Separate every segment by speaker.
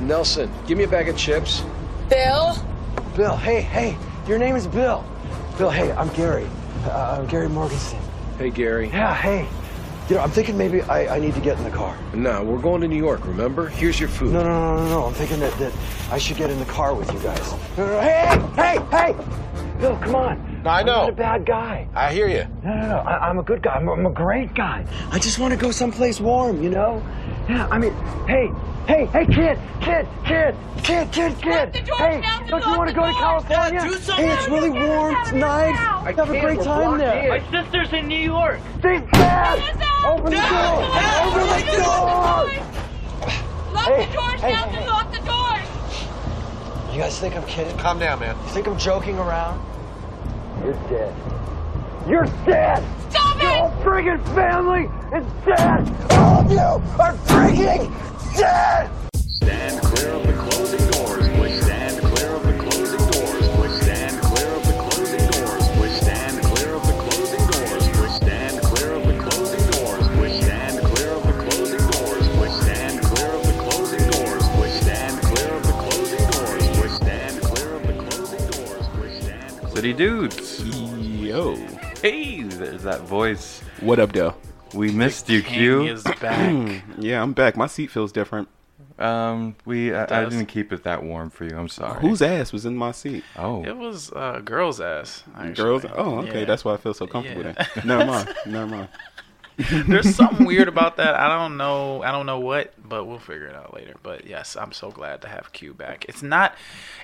Speaker 1: Nelson, give me a bag of chips.
Speaker 2: Bill?
Speaker 1: Bill, hey, hey, your name is Bill. Bill, hey, I'm Gary. Uh, I'm Gary Morganson. Hey, Gary. Yeah, hey. You know, I'm thinking maybe I, I need to get in the car. No, we're going to New York, remember? Here's your food. No, no, no, no, no. I'm thinking that, that I should get in the car with you guys. No, no, no. Hey, hey, hey, hey! Bill, come on.
Speaker 3: No, I
Speaker 1: I'm
Speaker 3: know.
Speaker 1: not a bad guy.
Speaker 3: I hear you.
Speaker 1: No, no, no. I, I'm a good guy. I'm, I'm a great guy. I just want to go someplace warm, you know? Yeah, I mean, hey, hey, hey, kid, kid, kid, kid, kid, kid.
Speaker 2: the doors,
Speaker 1: hey,
Speaker 2: Nelson,
Speaker 1: don't you
Speaker 2: lock
Speaker 1: want to
Speaker 2: the
Speaker 1: go to
Speaker 2: doors.
Speaker 1: California?
Speaker 4: Yeah, do something.
Speaker 1: hey, it's really
Speaker 2: Get us
Speaker 1: warm
Speaker 2: out of here
Speaker 1: tonight.
Speaker 2: now. I
Speaker 1: Have a great time there.
Speaker 4: My sister's in New York.
Speaker 1: Think fast.
Speaker 2: Get us out.
Speaker 1: Open the
Speaker 2: Get
Speaker 1: door.
Speaker 2: us out.
Speaker 1: Open the
Speaker 2: Get us
Speaker 1: door.
Speaker 2: Lock
Speaker 1: Hey,
Speaker 2: the doors,
Speaker 1: hey,
Speaker 2: Nelson,
Speaker 1: hey.
Speaker 2: lock the doors.
Speaker 1: You guys think I'm kidding?
Speaker 3: Calm down, man.
Speaker 1: You think I'm joking around? You're dead. You're dead.
Speaker 2: Stop
Speaker 1: Your whole
Speaker 2: it!
Speaker 1: friggin' family is dead! All of you are friggin' dead!
Speaker 5: Stand clear of the closing doors, please. Stand clear of the closing doors, please. Stand clear of the closing doors, please. Stand clear of the closing doors, please. Stand clear of the closing doors, please. Stand clear of the closing doors, please. Stand clear of the closing doors, please. Stand clear of the closing doors, please. Stand clear of the closing doors, please. Stand clear.
Speaker 6: City dudes.
Speaker 7: Yo.
Speaker 6: Hey, there's that voice.
Speaker 7: What up, though?
Speaker 6: We missed you,
Speaker 4: King
Speaker 6: Q.
Speaker 4: is back.
Speaker 7: Yeah, I'm back. My seat feels different.
Speaker 6: Um, we I, I
Speaker 4: does.
Speaker 6: didn't keep it that warm for you. I'm sorry.
Speaker 7: Whose ass was in my seat?
Speaker 6: Oh,
Speaker 4: it was a uh, girl's ass. Actually.
Speaker 7: Girls? Oh, okay.
Speaker 4: Yeah.
Speaker 7: That's why I feel so comfortable
Speaker 4: Yeah.
Speaker 7: then. Never mind. Never mind.
Speaker 4: There's something weird about that. I don't know. I don't know what, but we'll figure it out later. But yes, I'm so glad to have Q back. It's not,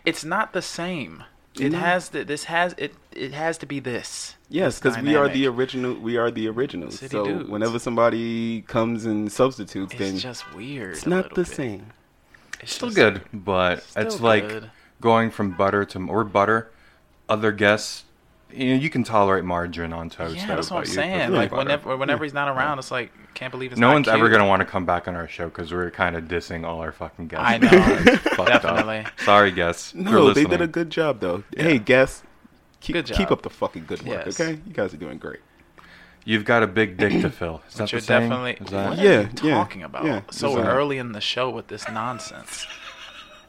Speaker 4: it's not the same. It has to, this has it. It has to be this.
Speaker 7: Yes,
Speaker 4: This
Speaker 7: because we are the
Speaker 4: dynamic.
Speaker 7: original. We are the originals.
Speaker 4: City
Speaker 7: so
Speaker 4: dudes.
Speaker 7: whenever somebody comes and substitutes, then
Speaker 4: It's just weird.
Speaker 7: it's
Speaker 4: a
Speaker 7: not
Speaker 4: little
Speaker 7: the
Speaker 4: bit.
Speaker 7: same.
Speaker 4: It's
Speaker 6: still
Speaker 4: just-
Speaker 6: good, but
Speaker 4: Still
Speaker 6: it's like
Speaker 4: good.
Speaker 6: going from butter to or butter. Other guests, you know, you can tolerate margarine on toast.
Speaker 4: Yeah,
Speaker 6: though,
Speaker 4: that's what I'm
Speaker 6: but you
Speaker 4: saying.
Speaker 6: prefer
Speaker 4: Like
Speaker 6: butter.
Speaker 4: whenever, whenever he's not around, it's like can't believe it's
Speaker 6: no
Speaker 4: not
Speaker 6: one's ever
Speaker 4: Q.
Speaker 6: gonna want to come back on our show because we're kind of dissing all our fucking guests.
Speaker 4: I know.
Speaker 6: It's fucked up.
Speaker 4: Definitely.
Speaker 6: Sorry, guests. for
Speaker 7: No, they did
Speaker 6: listening.
Speaker 7: a good job though. Hey, guests, keep
Speaker 4: Good job.
Speaker 7: keep up the fucking good work.
Speaker 4: Yes.
Speaker 7: Okay, you guys are doing great.
Speaker 6: You've got a big dick to fill. Is that
Speaker 4: But you're
Speaker 6: the saying?
Speaker 4: definitely
Speaker 6: Is that-
Speaker 4: what
Speaker 7: Yeah,
Speaker 4: are you
Speaker 7: yeah,
Speaker 4: talking about
Speaker 7: yeah,
Speaker 4: so
Speaker 7: exactly.
Speaker 4: early in the show with this nonsense.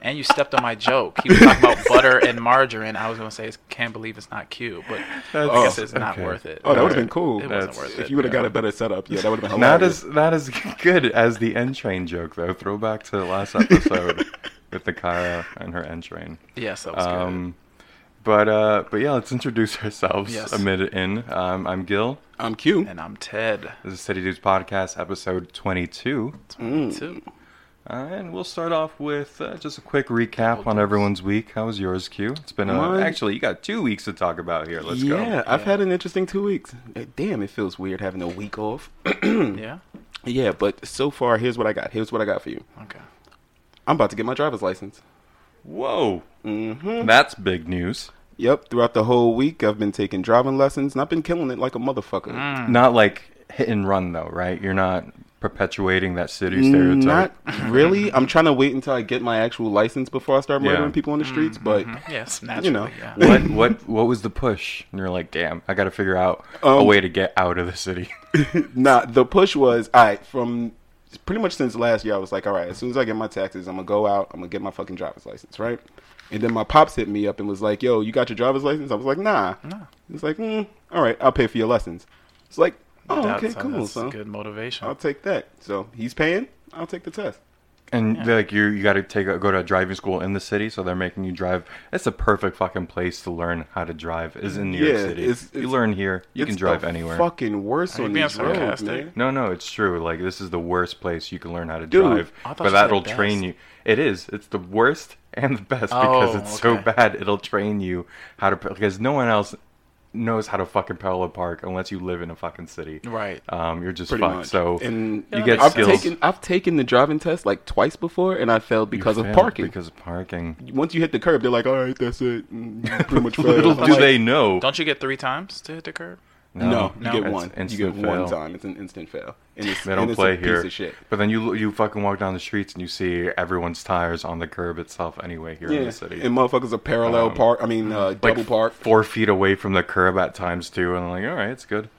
Speaker 4: And you stepped on my joke. He was talking about butter and margarine. I was gonna say, it's, can't believe it's not Q, but I guess it's not
Speaker 6: okay.
Speaker 4: worth it.
Speaker 7: Oh, that would have been cool.
Speaker 4: It wasn't
Speaker 6: That's-
Speaker 7: If
Speaker 4: worth it.
Speaker 7: you would have got a better setup, yeah, that would have been
Speaker 6: Not
Speaker 7: hilarious.
Speaker 6: as not as good as the N train joke though. Throwback to the last episode with the Kara and her N train.
Speaker 4: yes, that was
Speaker 6: Um, but uh, but yeah, let's introduce ourselves
Speaker 4: Yes.
Speaker 6: a minute in. Um, I'm Gil.
Speaker 7: I'm Q.
Speaker 4: good. And I'm Ted
Speaker 6: This is City Dudes Podcast, episode 22,
Speaker 7: hmm.
Speaker 4: too.
Speaker 6: uh, and we'll start off with uh, just a quick recap on everyone's week. How was yours, Q? It's been uh,
Speaker 7: Mine-
Speaker 6: actually you got two weeks to talk about here. Let's go.
Speaker 7: yeah, I've had an interesting two weeks. Eh, Damn, it feels weird having a week off. Hmm.
Speaker 4: Yeah.
Speaker 7: yeah, but so far, here's what I got. Here's what I got for you.
Speaker 4: Okay.
Speaker 7: I'm about to get my driver's license.
Speaker 6: Whoa, mm-hmm. that's big news.
Speaker 7: Yep, throughout the whole week, I've been taking driving lessons and I've been killing it like a motherfucker.
Speaker 6: Not like hit and run though, right? You're not perpetuating that city stereotype.
Speaker 7: Not really. I'm trying to wait until I get my actual license before I start
Speaker 6: Yeah.
Speaker 7: murdering people on the streets, but
Speaker 4: Yes, naturally.
Speaker 7: you know.
Speaker 4: Yeah.
Speaker 6: what what what was the push? And you're like, damn, I got to figure out a
Speaker 7: Um,
Speaker 6: way to get out of the city.
Speaker 7: Nah, the push was all right from pretty much since last year. I was like, all right, as soon as I get my taxes, I'm gonna go out. I'm gonna get my fucking driver's license, right? And then my pops hit me up and was like, "Yo, you got your driver's license?" I was like, "Nah." He's like, mm, "All right, I'll pay for your lessons." It's like, "Oh,
Speaker 4: That's-
Speaker 7: okay, cool,
Speaker 4: That's
Speaker 7: son.
Speaker 4: good motivation.
Speaker 7: I'll take that." So he's paying. I'll take the test.
Speaker 6: And they're like you, you got to take a, go to a driving school in the city, so they're making you drive. That's the perfect fucking place to learn how to drive. Is in New York
Speaker 7: Yeah,
Speaker 6: City.
Speaker 7: it's-
Speaker 6: you
Speaker 7: it's-
Speaker 6: learn here. You can
Speaker 7: It's
Speaker 6: drive
Speaker 7: the
Speaker 6: anywhere.
Speaker 7: Fucking worse
Speaker 4: you
Speaker 7: on
Speaker 4: being
Speaker 7: these roads,
Speaker 4: sarcastic?
Speaker 7: man.
Speaker 6: No, no, it's true. Like this is the worst place you can learn how to
Speaker 7: Dude,
Speaker 6: drive,
Speaker 4: I thought
Speaker 6: but
Speaker 4: you said
Speaker 6: that'll
Speaker 4: best.
Speaker 6: train you. It is. It's the worst and the best because
Speaker 4: Oh,
Speaker 6: it's so
Speaker 4: okay.
Speaker 6: bad. It'll train you how to because no one else knows how to fucking parallel park unless you live in a fucking city.
Speaker 4: Right.
Speaker 6: Um, you're just
Speaker 7: Pretty
Speaker 6: fucked.
Speaker 7: much.
Speaker 6: So
Speaker 7: And
Speaker 6: you get
Speaker 4: makes
Speaker 7: I've
Speaker 6: skills.
Speaker 7: taken I've taken the driving test like twice before, and I failed
Speaker 6: You
Speaker 7: because of
Speaker 6: failed
Speaker 7: parking.
Speaker 6: Because of parking.
Speaker 7: Once you hit the curb, they're like, "All right, that's it." And you pretty much failed.
Speaker 6: Little
Speaker 7: I'm
Speaker 6: do
Speaker 7: like,
Speaker 6: they know.
Speaker 4: Don't you get three times to hit the curb?
Speaker 7: No,
Speaker 4: No.
Speaker 7: you
Speaker 4: It's
Speaker 7: get one. You get
Speaker 6: instant fail.
Speaker 7: one time. It's an instant fail. And it's,
Speaker 6: They
Speaker 7: and
Speaker 6: don't
Speaker 7: it's
Speaker 6: play
Speaker 7: a
Speaker 6: here.
Speaker 7: Piece of shit.
Speaker 6: But then you you fucking walk down the streets and you see everyone's tires on the curb itself anyway here in
Speaker 7: Yeah.
Speaker 6: the city.
Speaker 7: And motherfuckers are parallel
Speaker 6: Um,
Speaker 7: park. I mean, uh, double
Speaker 6: like
Speaker 7: park.
Speaker 6: four feet away from the curb at times too, and I'm like, all right, it's good.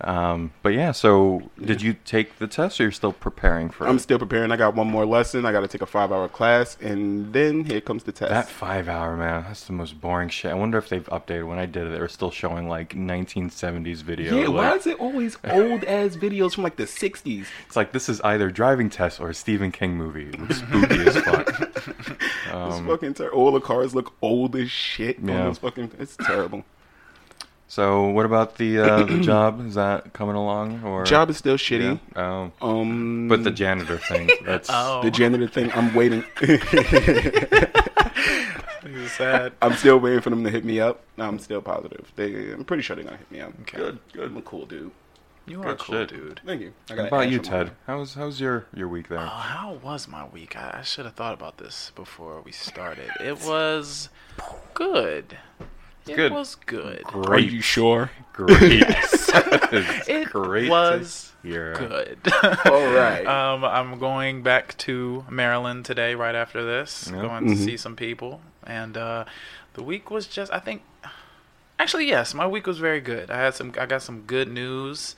Speaker 6: Um, but yeah, so did you take the test, or you're still preparing for
Speaker 7: I'm
Speaker 6: it?
Speaker 7: still preparing. I got one more lesson. I got to take a five hour class, and then here comes the test.
Speaker 6: That five hour man, that's the most boring shit. I wonder if they've updated. When I did it, they were still showing like 1970s video.
Speaker 7: yeah, why
Speaker 6: like-
Speaker 7: is it always old ass videos from like the 60s?
Speaker 6: It's like this is either driving test or a Stephen King movie. It looks spooky as fuck.
Speaker 7: It's fucking ter- all the cars look old as shit. on
Speaker 6: Yeah.
Speaker 7: this fucking, it's terrible.
Speaker 6: So what about the uh, the job? Is that coming along or
Speaker 7: Job is still
Speaker 6: Yeah.
Speaker 7: shitty.
Speaker 6: Oh,
Speaker 7: Um,
Speaker 6: but the janitor thing. That's
Speaker 4: Oh,
Speaker 7: the janitor thing, I'm waiting.
Speaker 4: this is sad.
Speaker 7: I'm still waiting for them to hit me up. I'm still positive. They, I'm pretty sure they're gonna hit me up. Good, good. I'm a cool dude.
Speaker 4: You are a
Speaker 6: Good
Speaker 4: cool
Speaker 6: shit.
Speaker 4: dude.
Speaker 7: Thank you. I
Speaker 6: What
Speaker 7: an
Speaker 6: about
Speaker 7: ash
Speaker 6: you,
Speaker 7: on Ah, my
Speaker 6: Ted?
Speaker 7: hand.
Speaker 6: How's how's your your week there?
Speaker 4: Oh, how was my week? I, I should have thought about this before we started. It was good. It
Speaker 6: Good.
Speaker 4: was good.
Speaker 7: Are
Speaker 6: Great,
Speaker 7: you sure?
Speaker 6: great.
Speaker 4: It
Speaker 6: great to
Speaker 4: was
Speaker 6: hear.
Speaker 4: good.
Speaker 7: All right.
Speaker 4: um, I'm going back to Maryland today, right after this,
Speaker 6: Yeah. Mm-hmm.
Speaker 4: going to see some people, and uh, the week was just. I think, actually, yes, my week was very good. I had some. I got some good news,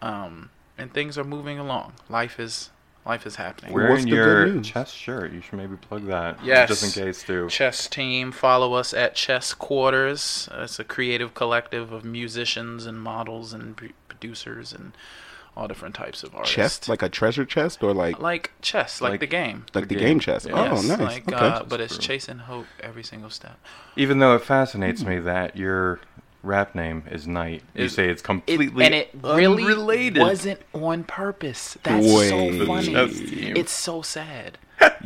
Speaker 4: um, and things are moving along. Life is life is happening.
Speaker 6: Wearing
Speaker 7: What's the good
Speaker 6: your
Speaker 7: news?
Speaker 6: chest shirt. You should maybe plug that.
Speaker 4: Yes.
Speaker 6: Just in case too.
Speaker 4: Chess team, follow us at Chess Quarters. Uh, It's a creative collective of musicians and models and pr- producers and all different types of artists.
Speaker 7: Chest, like a treasure chest, or like like,
Speaker 4: like chess, like,
Speaker 6: Like-
Speaker 4: the game.
Speaker 7: the
Speaker 6: game.
Speaker 7: game, chest?
Speaker 4: Yes,
Speaker 7: Oh, nice.
Speaker 4: Like,
Speaker 7: okay.
Speaker 4: uh, but it's
Speaker 6: That's
Speaker 4: chasing hope every single step.
Speaker 6: Even though it fascinates me that your rap name is Knight, you
Speaker 4: Is-
Speaker 6: say it's completely
Speaker 4: and it really
Speaker 6: unrelated.
Speaker 4: wasn't on purpose. That's
Speaker 7: Wait.
Speaker 4: so funny.
Speaker 6: Chess team.
Speaker 4: It's so sad.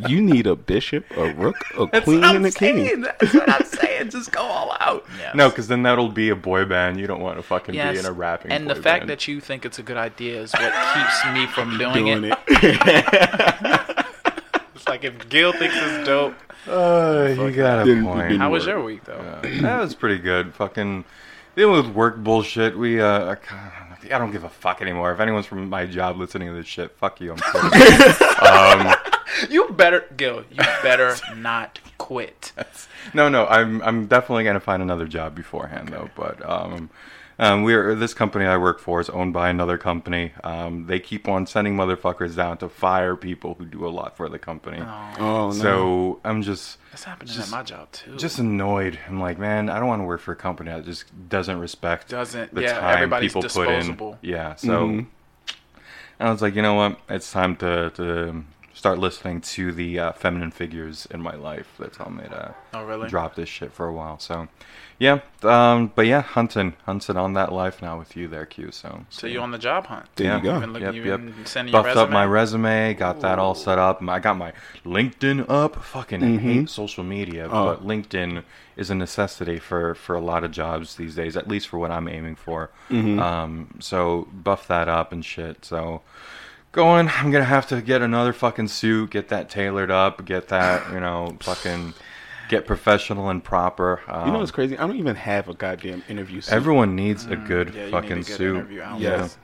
Speaker 7: you need a bishop, a rook, a queen, and a king.
Speaker 4: That's what I'm saying. Just go all out.
Speaker 6: No, because then that'll be a boy band. You don't want to fucking
Speaker 4: Yes.
Speaker 6: be in a rapping.
Speaker 4: and the
Speaker 6: boy
Speaker 4: fact
Speaker 6: band.
Speaker 4: that you think it's a good idea is what keeps me from doing,
Speaker 7: Doing
Speaker 4: it.
Speaker 7: it.
Speaker 4: It's like if Gil thinks it's dope.
Speaker 6: uh, you got a
Speaker 7: Didn't-
Speaker 6: point.
Speaker 7: didn't
Speaker 4: How
Speaker 6: Uh,
Speaker 4: was your week though?
Speaker 6: that was pretty good. Fucking dealing with work bullshit. We uh, I ca- I don't give a fuck anymore. If anyone's from my job listening to this shit, fuck you. I'm Um, sorry.
Speaker 4: You better, Gil. You better not quit.
Speaker 6: no, no, I'm I'm definitely gonna find another job beforehand though. But um, um, we are this company I work for is owned by another company. Um, they keep on sending motherfuckers down to fire people who do a lot for the company.
Speaker 7: Oh no.
Speaker 6: So I'm just
Speaker 4: That's happening at my job too.
Speaker 6: just annoyed. I'm like, man, I don't want to work for a company that just doesn't respect
Speaker 4: Doesn't- yeah, everybody's disposable.
Speaker 6: put in. Yeah, so I was like, you know what? It's time to to start listening to the uh, feminine figures in my life that tell me to
Speaker 4: Oh, really?
Speaker 6: drop this shit for a while. So yeah, um, but yeah, hunting, hunting on that life now with you there, Q. So
Speaker 4: so you on the job hunt?
Speaker 7: there
Speaker 6: yeah.
Speaker 7: you go.
Speaker 4: Been looking,
Speaker 6: Yep,
Speaker 4: you
Speaker 6: yep.
Speaker 4: been sending your
Speaker 6: Buffed
Speaker 4: resume.
Speaker 6: up my resume, got that all set up. I got my LinkedIn up. Fucking
Speaker 7: Mm-hmm.
Speaker 6: hate social media,
Speaker 7: Oh.
Speaker 6: but LinkedIn is a necessity for for a lot of jobs these days, at least for what I'm aiming for.
Speaker 7: Mm-hmm.
Speaker 6: Um, so buff that up and shit. So going, I'm gonna have to get another fucking suit, get that tailored up, get that you know fucking get professional and proper. Um,
Speaker 7: You know what's crazy? I don't even have a goddamn interview. Suit.
Speaker 6: everyone needs a good
Speaker 4: Mm, yeah, you need a
Speaker 6: fucking
Speaker 4: good
Speaker 6: suit.
Speaker 4: interview outfit.
Speaker 7: yes,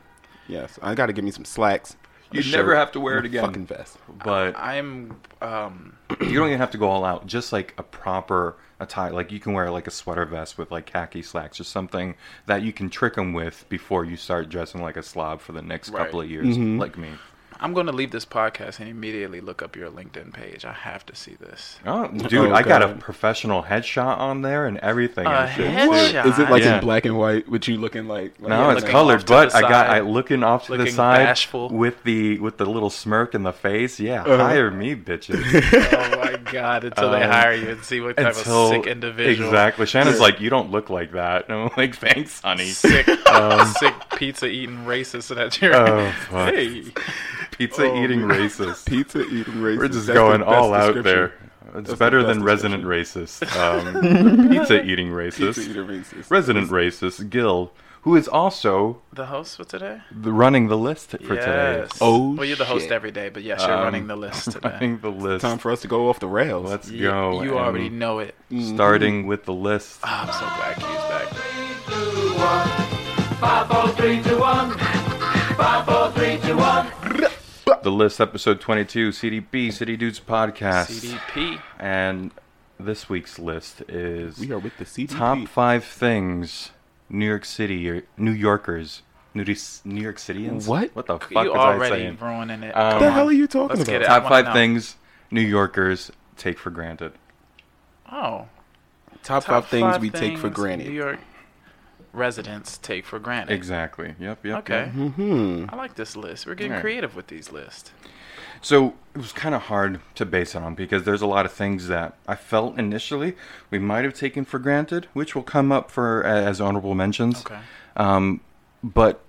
Speaker 7: yes. I got to give me some slacks. a
Speaker 6: You
Speaker 7: shirt,
Speaker 6: never have to wear
Speaker 7: and
Speaker 6: it
Speaker 7: a
Speaker 6: again.
Speaker 7: Fucking vest.
Speaker 6: But
Speaker 4: I'm. Um,
Speaker 6: you don't even have to go all out. Just like a proper attire, like you can wear like a sweater vest with like khaki slacks or something that you can trick them with before you start dressing like a slob for the next
Speaker 4: Right.
Speaker 6: couple of years, like me.
Speaker 4: I'm going to leave this podcast and immediately look up your LinkedIn page. I have to see this.
Speaker 6: Oh, dude,
Speaker 7: Oh,
Speaker 6: I got a
Speaker 7: God.
Speaker 6: professional headshot on there and everything.
Speaker 4: A
Speaker 6: and shit.
Speaker 4: headshot.
Speaker 7: Is it like
Speaker 6: Yeah.
Speaker 7: in black and white? With you looking like? like
Speaker 6: No,
Speaker 7: you're
Speaker 6: it's
Speaker 7: like-
Speaker 4: looking off
Speaker 6: colored,
Speaker 4: to the
Speaker 6: but I got
Speaker 4: side.
Speaker 6: I looking off to the
Speaker 4: Looking
Speaker 6: side
Speaker 4: bashful.
Speaker 6: with the with the little smirk in the face. Yeah, hire me, bitches.
Speaker 4: oh my god! Until they
Speaker 6: Um,
Speaker 4: hire you and see what type
Speaker 6: Until-
Speaker 4: of sick individual,
Speaker 6: Exactly. Shannon's like, you don't look like that. And I'm like, thanks, honey.
Speaker 4: sick, sick pizza eating racist that you're.
Speaker 6: um, Oh, fuck.
Speaker 4: hey,
Speaker 6: Pizza
Speaker 4: Oh,
Speaker 6: eating racist.
Speaker 7: Pizza eating racist.
Speaker 6: We're just
Speaker 7: That's the
Speaker 6: going
Speaker 7: best
Speaker 6: all out
Speaker 7: description.
Speaker 6: there. It's
Speaker 7: That's
Speaker 6: better
Speaker 7: the best
Speaker 6: than resident racist. Um, pizza eating racist.
Speaker 7: Pizza eating racist.
Speaker 6: Resident racist Gil, who is also
Speaker 4: the host for today.
Speaker 6: the, running the list for today. Um,
Speaker 4: yes.
Speaker 7: Oh,
Speaker 4: well, you're the host
Speaker 7: shit.
Speaker 4: every day, but yes, you're running the list today.
Speaker 6: Running the list.
Speaker 7: Time for us to go off the rails.
Speaker 6: Let's
Speaker 4: Y-
Speaker 6: go.
Speaker 4: you
Speaker 6: and
Speaker 4: already Ah. know it.
Speaker 6: Starting with the list.
Speaker 4: I'm so glad Q's back.
Speaker 6: The list, episode 22, CDB, City Dudes Podcast.
Speaker 4: CDP.
Speaker 6: And this week's list is
Speaker 7: we are with the CDP.
Speaker 6: top five things New York City, New Yorkers New, Dis- New York Cityans.
Speaker 7: What?
Speaker 6: What the fuck
Speaker 4: You
Speaker 6: was I
Speaker 4: already
Speaker 6: saying?
Speaker 4: ruining it.
Speaker 6: Um,
Speaker 4: Come
Speaker 6: The
Speaker 4: on.
Speaker 7: hell are you talking
Speaker 4: Let's
Speaker 7: about?
Speaker 4: Get it. I
Speaker 6: Top
Speaker 4: wanna
Speaker 6: five
Speaker 4: know.
Speaker 6: things New Yorkers take for granted.
Speaker 4: Oh,
Speaker 7: Top,
Speaker 4: top
Speaker 7: five things
Speaker 4: five
Speaker 7: we take for
Speaker 4: things
Speaker 7: granted.
Speaker 4: New York residents take for granted.
Speaker 6: Exactly. Yep. Yep.
Speaker 4: Okay.
Speaker 6: yep.
Speaker 7: Mm-hmm.
Speaker 4: I like this list. We're getting
Speaker 6: Alright.
Speaker 4: creative with these lists.
Speaker 6: So it was kind of hard to base it on because there's a lot of things that I felt initially we might have taken for granted, which will come up for as honorable mentions.
Speaker 4: Okay.
Speaker 6: Um, but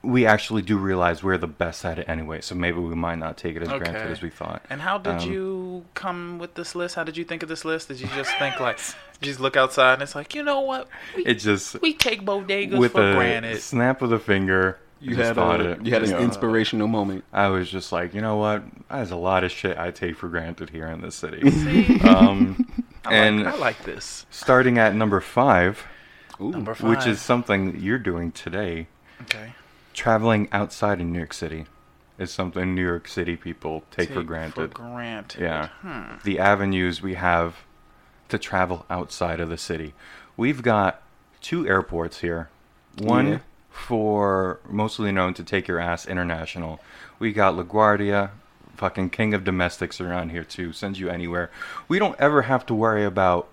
Speaker 6: we actually do realize we're the best at it anyway, so maybe we might not take it as granted
Speaker 4: Okay.
Speaker 6: as we thought.
Speaker 4: And how did
Speaker 6: Um,
Speaker 4: you come with this list? How did you think of this list? Did you just think like, just look outside and it's like, you know what? We,
Speaker 6: It just
Speaker 4: we take bodegas
Speaker 6: with
Speaker 4: for
Speaker 6: a
Speaker 4: granted.
Speaker 6: snap of the finger.
Speaker 7: You
Speaker 6: just
Speaker 7: had,
Speaker 6: thought
Speaker 7: a,
Speaker 6: it.
Speaker 7: you had an
Speaker 6: know.
Speaker 7: inspirational moment.
Speaker 6: I was just like, you know what? There's a lot of shit I take for granted here in this city. um,
Speaker 4: I like,
Speaker 6: and
Speaker 4: I like this.
Speaker 6: starting at number five,
Speaker 4: Number five.
Speaker 6: which is something that you're doing today,
Speaker 4: okay.
Speaker 6: traveling outside of New York City is something New York City people take, for granted.
Speaker 4: granted.
Speaker 6: yeah. The avenues we have to travel outside of the city. We've got two airports here. One
Speaker 7: Yeah.
Speaker 6: for mostly known to take your ass international. We got LaGuardia, fucking king of domestics around here too, sends you anywhere. We don't ever have to worry about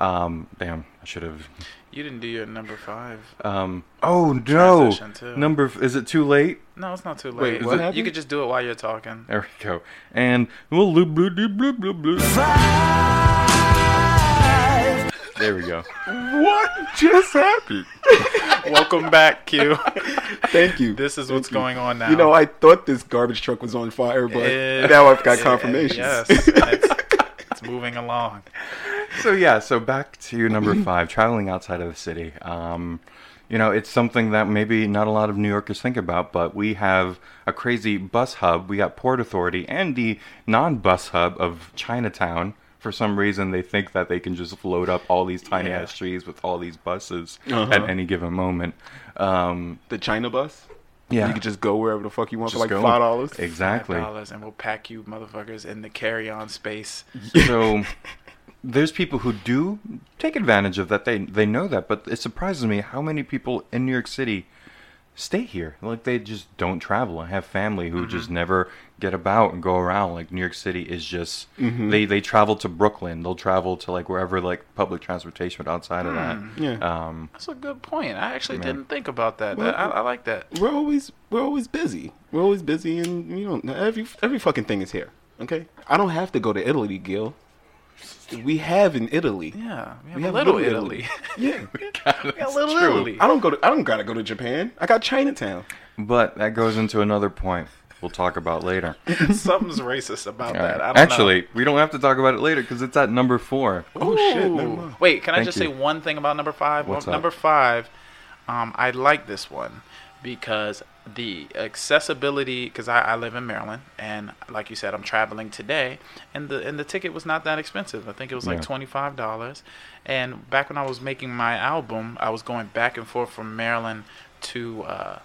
Speaker 6: um damn, I should have
Speaker 4: You didn't do your number five.
Speaker 6: um oh no.
Speaker 4: Transition, too.
Speaker 6: Number f- is it too late?
Speaker 4: No, it's not too late.
Speaker 7: Wait, what
Speaker 4: You- you
Speaker 7: happened?
Speaker 4: could just do it while you're talking.
Speaker 6: There we go. And well, blah, blah, blah, blah, blah, blah. There we go.
Speaker 7: What just happened?
Speaker 4: Welcome back, Q.
Speaker 7: Thank you.
Speaker 4: this is what's going on now.
Speaker 7: You know, I thought this garbage truck was on fire, but
Speaker 4: It-
Speaker 7: now I've got
Speaker 4: it-
Speaker 7: confirmation.
Speaker 4: Yes, it's, it's moving along.
Speaker 6: So yeah, so back to number five, traveling outside of the city. Um, you know, it's something that maybe not a lot of New Yorkers think about, but we have a crazy bus hub. We got Port Authority and the non-bus hub of Chinatown. For some reason, they think that they can just load up all these tiny ass trees with all these buses
Speaker 7: Uh-huh.
Speaker 6: at any given moment. Um,
Speaker 7: The China bus.
Speaker 6: yeah,
Speaker 7: You can just go wherever the fuck you want
Speaker 6: Just
Speaker 7: for like
Speaker 6: go.
Speaker 7: five dollars.
Speaker 6: Exactly.
Speaker 4: dollars, and we'll pack you motherfuckers in the carry-on space.
Speaker 6: so there's people who do take advantage of that. They they know that, but it surprises me how many people in New York City stay here. Like they just don't travel. I have family who just
Speaker 4: Mm-hmm.
Speaker 6: never get about and go around. Like New York City is just
Speaker 4: Mm-hmm.
Speaker 6: they they travel to Brooklyn. They'll travel to like wherever like public transportation. But outside of
Speaker 4: Mm.
Speaker 6: that,
Speaker 7: Yeah.
Speaker 6: um,
Speaker 4: That's a good point. I actually
Speaker 6: Yeah.
Speaker 4: didn't think about that.
Speaker 7: Well-
Speaker 4: I, I like that.
Speaker 7: We're always we're always busy. We're always busy, and you know every every fucking thing is here. Okay, I don't have to go to Italy, Gil. We have in Italy.
Speaker 4: Yeah, we have,
Speaker 7: We
Speaker 4: a
Speaker 7: have
Speaker 4: little,
Speaker 7: Little
Speaker 4: Italy.
Speaker 7: Yeah,
Speaker 4: we got little
Speaker 6: true.
Speaker 4: Italy.
Speaker 7: I don't go to I don't gotta go to Japan. I got Chinatown.
Speaker 6: but that goes into another point we'll talk about later.
Speaker 4: Something's racist about
Speaker 6: All
Speaker 4: that.
Speaker 6: right.
Speaker 4: I don't
Speaker 6: Actually, we don't have to talk about it later because it's at number four.
Speaker 4: know.
Speaker 7: oh, shit,
Speaker 4: Ooh.
Speaker 7: never mind.
Speaker 4: Wait, can I
Speaker 6: Thank
Speaker 4: just
Speaker 6: you.
Speaker 4: say one thing about number five?
Speaker 6: What's
Speaker 4: Well,
Speaker 6: up?
Speaker 4: number five, um, I like this one because the accessibility. Because I, I live in Maryland, and like you said, I'm traveling today, and the and the ticket was not that expensive. I think it was like
Speaker 6: Yeah.
Speaker 4: twenty five dollars. And back when I was making my album, I was going back and forth from Maryland to. Uh,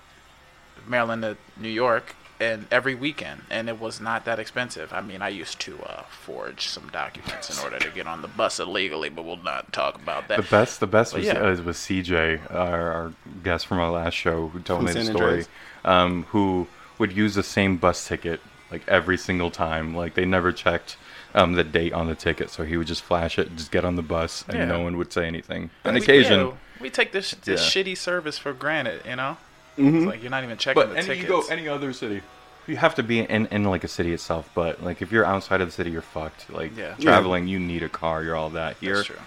Speaker 4: Maryland to New York and every weekend and it was not that expensive. I mean, I used to uh, forge some documents in order to get on the bus illegally, but we'll not talk about that.
Speaker 6: The best, the best
Speaker 4: But
Speaker 6: was,
Speaker 4: yeah.
Speaker 6: uh, was CJ, our, our guest from our last show, who told
Speaker 7: From
Speaker 6: me the
Speaker 7: San
Speaker 6: story,
Speaker 7: Andreas.
Speaker 6: um, who would use the same bus ticket like every single time. Like they never checked um, the date on the ticket, so he would just flash it, just get on the bus, and
Speaker 4: Yeah.
Speaker 6: no one would say anything. An
Speaker 4: We-
Speaker 6: occasion,
Speaker 4: yeah, we take this, this
Speaker 6: Yeah. Mm-hmm.
Speaker 4: shitty service for granted, you know. It's like you're not even checking
Speaker 6: but
Speaker 4: the
Speaker 6: any
Speaker 4: tickets.
Speaker 6: you go any other city. You have to be in, in like a city itself, but like if you're outside of the city, you're fucked. Like
Speaker 4: Yeah.
Speaker 6: traveling, you need a car. You're all that. Here,
Speaker 4: true.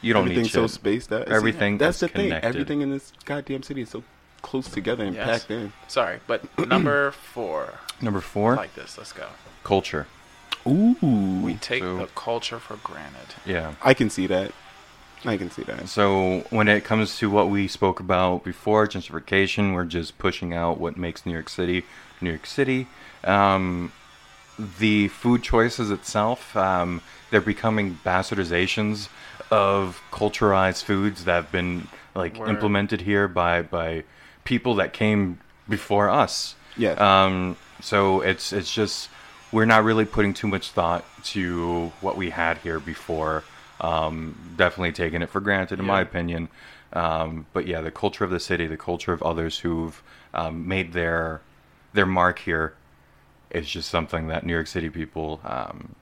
Speaker 6: you don't need
Speaker 7: Everything's so
Speaker 6: shit.
Speaker 7: spaced out. See,
Speaker 6: Everything
Speaker 7: That's
Speaker 6: is
Speaker 7: the
Speaker 6: connected.
Speaker 7: thing. Everything in this goddamn city is so close together and
Speaker 4: Yes.
Speaker 7: packed in.
Speaker 4: Sorry, but number four,
Speaker 6: Number four,
Speaker 4: like this, let's go.
Speaker 6: culture.
Speaker 7: Ooh,
Speaker 4: We take
Speaker 6: so-
Speaker 4: the culture for granted.
Speaker 6: Yeah.
Speaker 7: I can see that. I can see
Speaker 6: Uh,
Speaker 7: that.
Speaker 6: So when it comes to what we spoke about before, gentrification, we're just pushing out what makes New York City, New York City. Um, the food choices itself, um, they're becoming bastardizations of culturized foods that have been like
Speaker 4: Word.
Speaker 6: implemented here by by people that came before us.
Speaker 7: Yes.
Speaker 6: Um, so it's it's just we're not really putting too much thought to what we had here before Um, definitely taking it for granted, in my opinion. Um, but yeah, the culture of the city, the culture of others who've um, made their their mark here, is just something that New York City people um,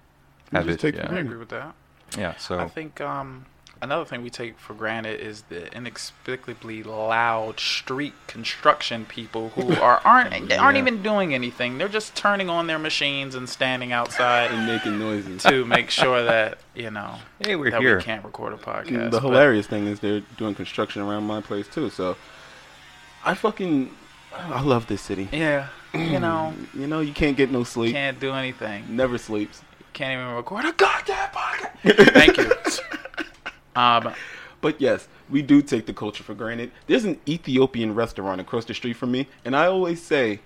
Speaker 6: have
Speaker 7: just
Speaker 6: it.
Speaker 7: take for
Speaker 4: I
Speaker 6: Yeah.
Speaker 7: granted.
Speaker 4: agree with that.
Speaker 6: yeah, so
Speaker 4: I think um, another thing we take for granted is the inexplicably loud street construction people who are aren't they aren't
Speaker 6: Yeah.
Speaker 4: even doing anything. They're just turning on their machines and standing outside
Speaker 7: and making noises.
Speaker 4: to make sure that you know
Speaker 6: Hey, we're
Speaker 4: that
Speaker 6: here.
Speaker 4: we can't record a podcast.
Speaker 7: And Mm, the
Speaker 4: but-
Speaker 7: hilarious thing is they're doing construction around my place too. So I fucking I love this city.
Speaker 4: yeah, you know,
Speaker 7: You know, you can't get no sleep.
Speaker 4: can't do anything.
Speaker 7: Never sleeps.
Speaker 4: Can't even record a goddamn podcast. Thank you. Um,
Speaker 7: But yes, we do take the culture for granted. There's an Ethiopian restaurant across the street from me, and I always say,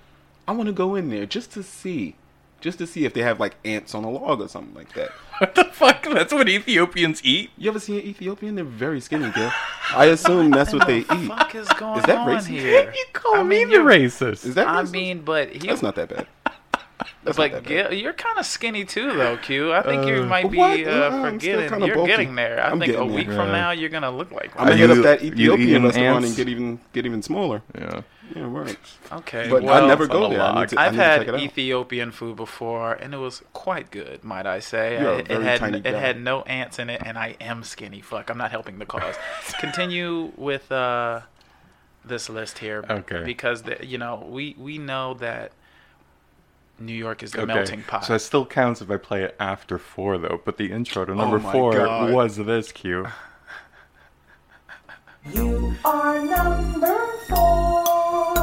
Speaker 7: I want to go in there just to see, just to see if they have like ants on a log or something like that.
Speaker 6: what the fuck? That's what Ethiopians eat.
Speaker 7: You ever seen an Ethiopian? They're very skinny, girl. I assume that's what they eat.
Speaker 4: fuck is going
Speaker 7: Is that
Speaker 4: on
Speaker 7: racist?
Speaker 4: here?
Speaker 6: call
Speaker 4: I mean, you're-
Speaker 6: racist.
Speaker 7: Is that?
Speaker 4: I
Speaker 7: racist?
Speaker 4: mean, but he
Speaker 7: that's not that bad. That's not
Speaker 4: But
Speaker 7: that bad.
Speaker 4: Gil, you're kind of skinny too, though, Q. I think you might be
Speaker 7: What? Uh,
Speaker 4: uh,
Speaker 7: I'm still
Speaker 4: forgetting.
Speaker 7: kinda
Speaker 4: You're
Speaker 7: bulky.
Speaker 4: getting there. I
Speaker 7: I'm
Speaker 4: think a
Speaker 7: getting there.
Speaker 4: week from
Speaker 6: Yeah.
Speaker 4: now, you're gonna look like.
Speaker 7: I'm gonna
Speaker 6: Are
Speaker 7: hit
Speaker 6: you-
Speaker 7: up that
Speaker 6: you
Speaker 7: Ethiopian
Speaker 6: eating
Speaker 7: restaurant
Speaker 6: ants?
Speaker 7: and get even get even smaller.
Speaker 6: Yeah.
Speaker 7: Yeah, right.
Speaker 4: Okay,
Speaker 7: But
Speaker 4: well,
Speaker 7: I never
Speaker 6: on
Speaker 7: go
Speaker 6: a
Speaker 7: there. I
Speaker 6: log.
Speaker 7: need to, I
Speaker 4: I've
Speaker 7: need to check
Speaker 4: had
Speaker 7: it out.
Speaker 4: Ethiopian food before, and it was quite good, might I say.
Speaker 7: You're a
Speaker 4: I- it
Speaker 7: very
Speaker 4: had
Speaker 7: tiny
Speaker 4: it
Speaker 7: guy.
Speaker 4: had no ants in it, and I am skinny. Fuck, I'm not helping the cause. Continue with uh, this list here,
Speaker 6: Okay.
Speaker 4: Because the, you know we we know that New York is the melting pot.
Speaker 6: So it still counts if I play it after four, though. But the intro to
Speaker 4: Oh
Speaker 6: number
Speaker 7: my
Speaker 6: four
Speaker 7: God.
Speaker 6: was this cue.
Speaker 3: You are number four.